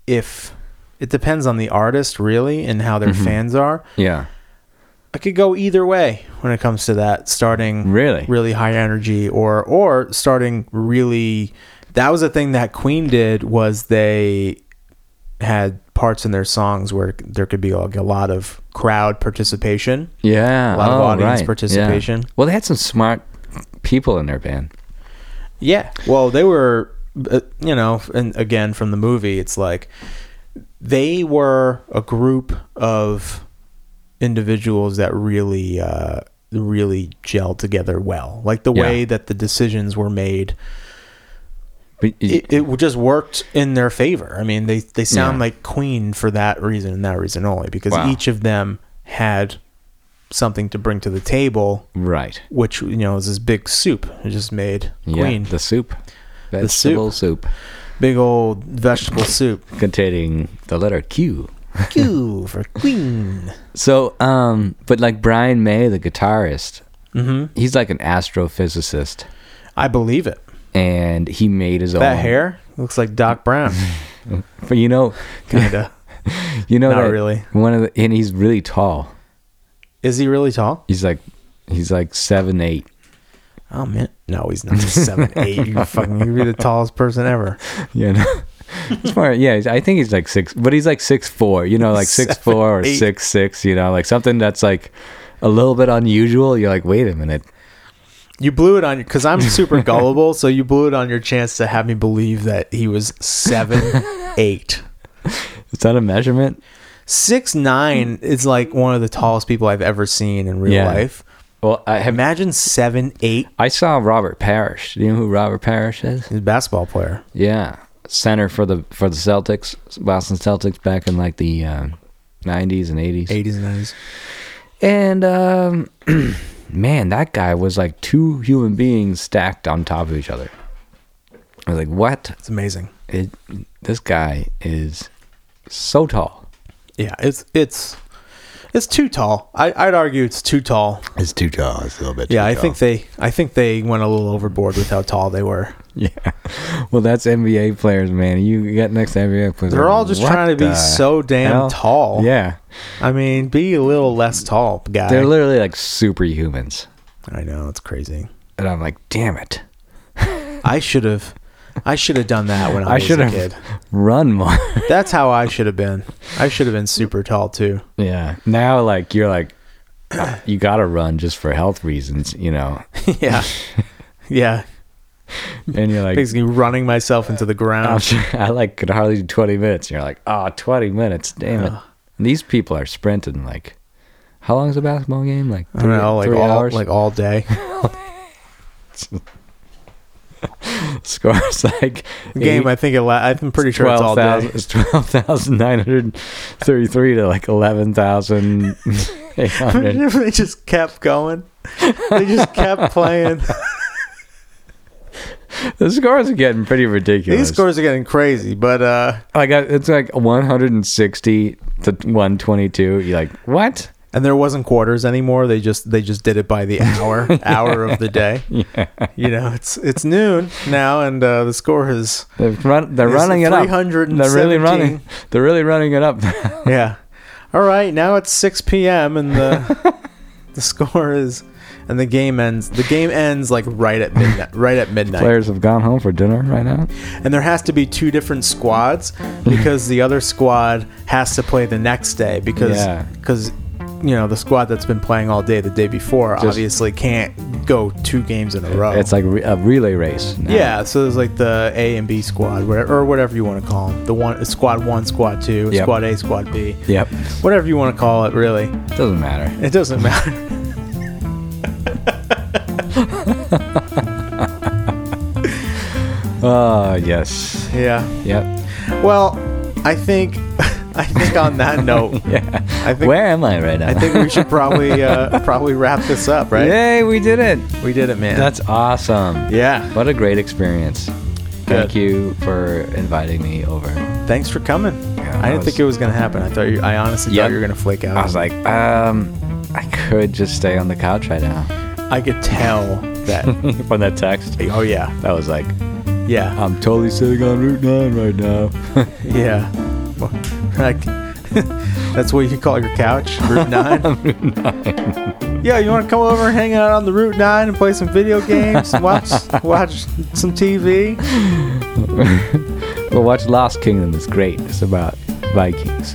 S1: if it depends on the artist really and how their fans are.
S2: Yeah.
S1: I could go either way when it comes to that. Starting
S2: Really?
S1: really high energy, or or starting really. That was a thing that Queen did was they had parts in their songs where there could be like a lot of crowd participation.
S2: Yeah.
S1: A lot of
S2: Oh,
S1: audience
S2: right. Yeah.
S1: participation.
S2: Well, they had some smart people in their band.
S1: Yeah. Well, they were, uh, you know, and again from the movie, it's like they were a group of individuals that really, uh, really gelled together well. Like the
S2: Yeah.
S1: way that the decisions were made,
S2: But you-
S1: it, it just worked in their favor. I mean, they they sound
S2: Yeah.
S1: like Queen for that reason and that reason only, because
S2: Wow.
S1: each of them had something to bring to the table,
S2: right.
S1: which you know is this big soup it just made Queen.
S2: Yeah. The soup.
S1: soup.
S2: Vegetable soup.
S1: big old vegetable soup.
S2: containing the letter Q.
S1: Q for Queen.
S2: So, um, but like Brian May, the guitarist,
S1: Mm-hmm.
S2: he's like an astrophysicist,
S1: I believe it.
S2: and he made his
S1: That
S2: own
S1: hair looks like Doc Brown,
S2: But you know,
S1: kinda.
S2: you know,
S1: Not
S2: that
S1: really.
S2: One of the, and he's really tall.
S1: Is he really tall?
S2: He's like, he's like seven eight.
S1: Oh man, no, he's not seven eight. You fucking, you'd be the tallest person ever.
S2: You know, He's more- yeah, he's- I think he's like six, but he's like six four. You know, like six four or
S1: eight.
S2: six six. You know, like something that's like a little bit unusual. You're like, wait a minute,
S1: You blew it on your because I'm super gullible, so you blew it on your chance to have me believe that he was seven eight.
S2: is that a measurement?
S1: Six nine is like one of the tallest people I've ever seen in real
S2: Yeah.
S1: life.
S2: Well, I have.
S1: Imagine seven eight.
S2: I saw Robert Parrish. Do you know who Robert Parrish is?
S1: He's a basketball player.
S2: Yeah, center for the for the Celtics, Boston Celtics, back in like the um, '90s and '80s.
S1: Eighties and nineties.
S2: And um, man, that guy was like two human beings stacked on top of each other. I was like, "What?
S1: It's amazing.
S2: It, this guy is so tall.
S1: Yeah, it's it's it's too tall. I, I'd argue it's too tall.
S2: It's too tall. It's a little bit.
S1: Yeah, I think they I think they went a little overboard with how tall they were.
S2: Yeah. Well, that's NBA players, man. You get next to NBA players.
S1: They're
S2: like,
S1: all just
S2: "What
S1: trying to be
S2: the
S1: so damn
S2: hell?"
S1: tall.
S2: Yeah,
S1: I mean, be a little less tall, guy.
S2: they're literally like superhumans.
S1: I know it's crazy.
S2: And I'm like, damn it.
S1: I should have I should have done that when I,
S2: I
S1: was
S2: should
S1: a
S2: have
S1: kid.
S2: run more.
S1: That's how I should have been. I should have been super tall too.
S2: yeah. Now, like, you're like, you gotta run just for health reasons, you know.
S1: yeah. Yeah.
S2: And you're like,
S1: Basically uh, running myself into the
S2: I'm
S1: ground.
S2: sure- I like could hardly do 20 minutes. And you're like, oh, 20 minutes, damn it.
S1: Uh.
S2: And these people are sprinting like, how long is a basketball game? Like,
S1: I don't know, like
S2: three
S1: all
S2: hours.
S1: like all day.
S2: scores like
S1: Game,
S2: eight-
S1: I think it la- I'm pretty sure it's all day.
S2: 12,000 it's 12,933 to like 11,800.
S1: Imagine if they just kept going. They just kept playing.
S2: the scores are getting pretty ridiculous.
S1: These scores are getting crazy, but uh,
S2: like uh, it's like 160 to 122. You're like, what?
S1: and there wasn't quarters anymore. They just they just did it by the hour hour of the day. You know, it's it's noon now, and uh, the score is
S2: They're, run, they're
S1: It's
S2: running it up. They're really
S1: 317.
S2: running. They're really running it up.
S1: yeah. All right, now it's 6 p.m. and the the score is and the game ends. The game ends like right at midnight. Right at midnight.
S2: Players have gone home for dinner right now.
S1: And there has to be two different squads because the other squad has to play the next day because
S2: Yeah.
S1: because you know the squad that's been playing all day the day before obviously can't go two games in a row.
S2: It's like re- a relay race. now.
S1: Oh. Yeah, so there's like the A and B squad, whatever, or whatever you want to call them. The one, squad one, squad two,
S2: Yep.
S1: squad A, squad B,
S2: Yep.
S1: whatever you want to call it. Really,
S2: Doesn't matter.
S1: it doesn't matter.
S2: Oh yes.
S1: yeah.
S2: Yep.
S1: Well, I think, I think on that note,
S2: Yeah.
S1: I think
S2: Where am I right now?
S1: I think we should probably uh, probably wrap this up, right?
S2: Yay, we did it.
S1: We did it, man.
S2: That's awesome.
S1: yeah.
S2: What a great experience. Thank
S1: Good.
S2: you for inviting me over.
S1: Thanks for coming.
S2: Yeah,
S1: I
S2: that
S1: didn't
S2: was-
S1: think it was gonna happen. I thought you, I honestly
S2: Yep.
S1: thought you were gonna flake out.
S2: I was like, um, I could just stay on the couch right now.
S1: I could tell that.
S2: From that text,
S1: oh yeah,
S2: that was like,
S1: yeah.
S2: I'm totally sitting on Route 9 right now.
S1: Yeah. Well, Like, that's what you call your couch, Route 9? Route 9. Yeah, you want to come over and hang out on the Route 9 and play some video games, watch watch some TV?
S2: well, watch Lost Kingdom. It's great. It's about Vikings.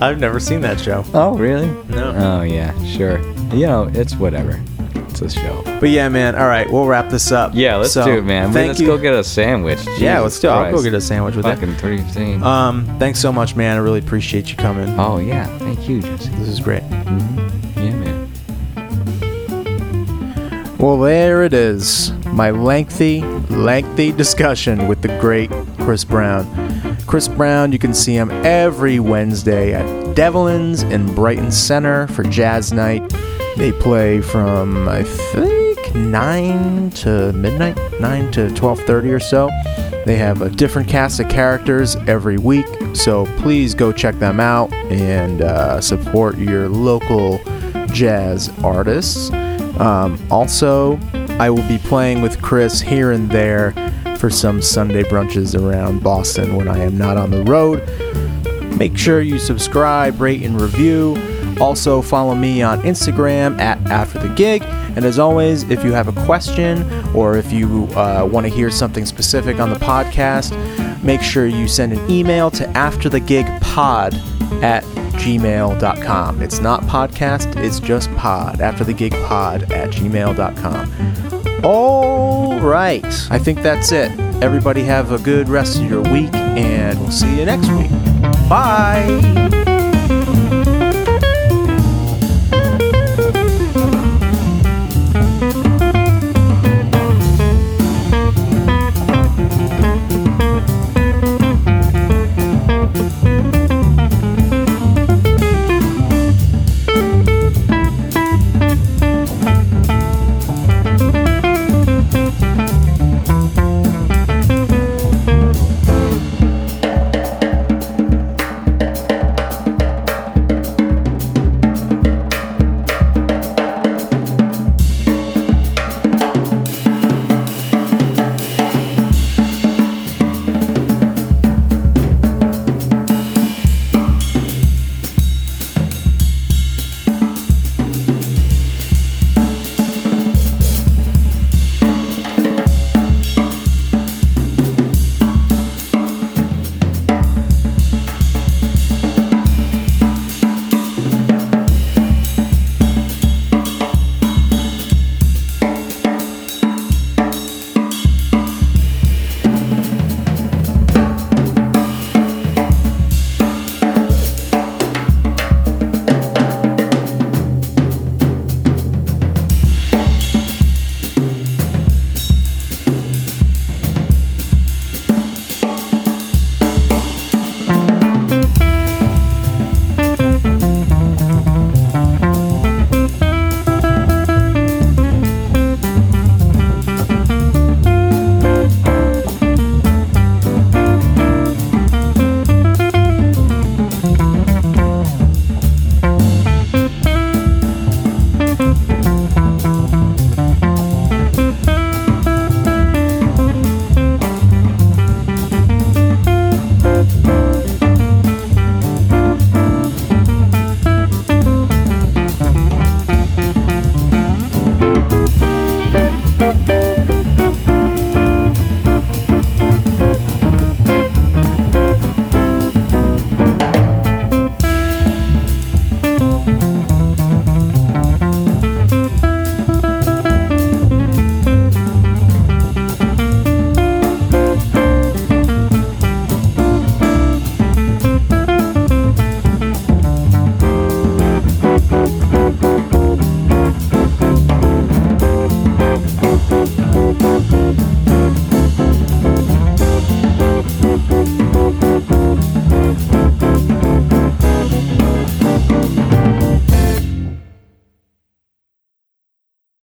S1: I've never seen that show.
S2: Oh, really?
S1: No.
S2: Oh, yeah, sure. You know, it's whatever. It's a show.
S1: But yeah, man, all right, we'll wrap this up.
S2: Yeah, let's
S1: So,
S2: do it, man.
S1: Thank
S2: let's
S1: you.
S2: go get a sandwich.
S1: yeah,
S2: Jesus
S1: let's do it. I'll go
S2: Christ.
S1: get a sandwich with that.
S2: Fucking three things.
S1: Um, thanks so much, man. I really appreciate you coming.
S2: oh, yeah. Thank you, Jesse.
S1: This is great.
S2: Yeah, man.
S1: Well, there it is. My lengthy, lengthy discussion with the great Chris Brown. Chris Brown, you can see him every Wednesday at Devlin's in Brighton Center for Jazz Night. They play from I think 9 to midnight, 9 to 12:30 or so. They have a different cast of characters every week, so please go check them out and uh, support your local jazz artists. Um, also, I will be playing with Chris here and there for some Sunday brunches around Boston when I am not on the road. Make sure you subscribe, rate, and review. Also, follow me on Instagram at After the Gig. And as always, if you have a question or if you uh, want to hear something specific on the podcast, make sure you send an email to afterthegigpod at gmail.com. It's not podcast, it's just pod. Afterthegigpod at gmail.com. All right. I think that's it. Everybody have a good rest of your week, and we'll see you next week. Bye.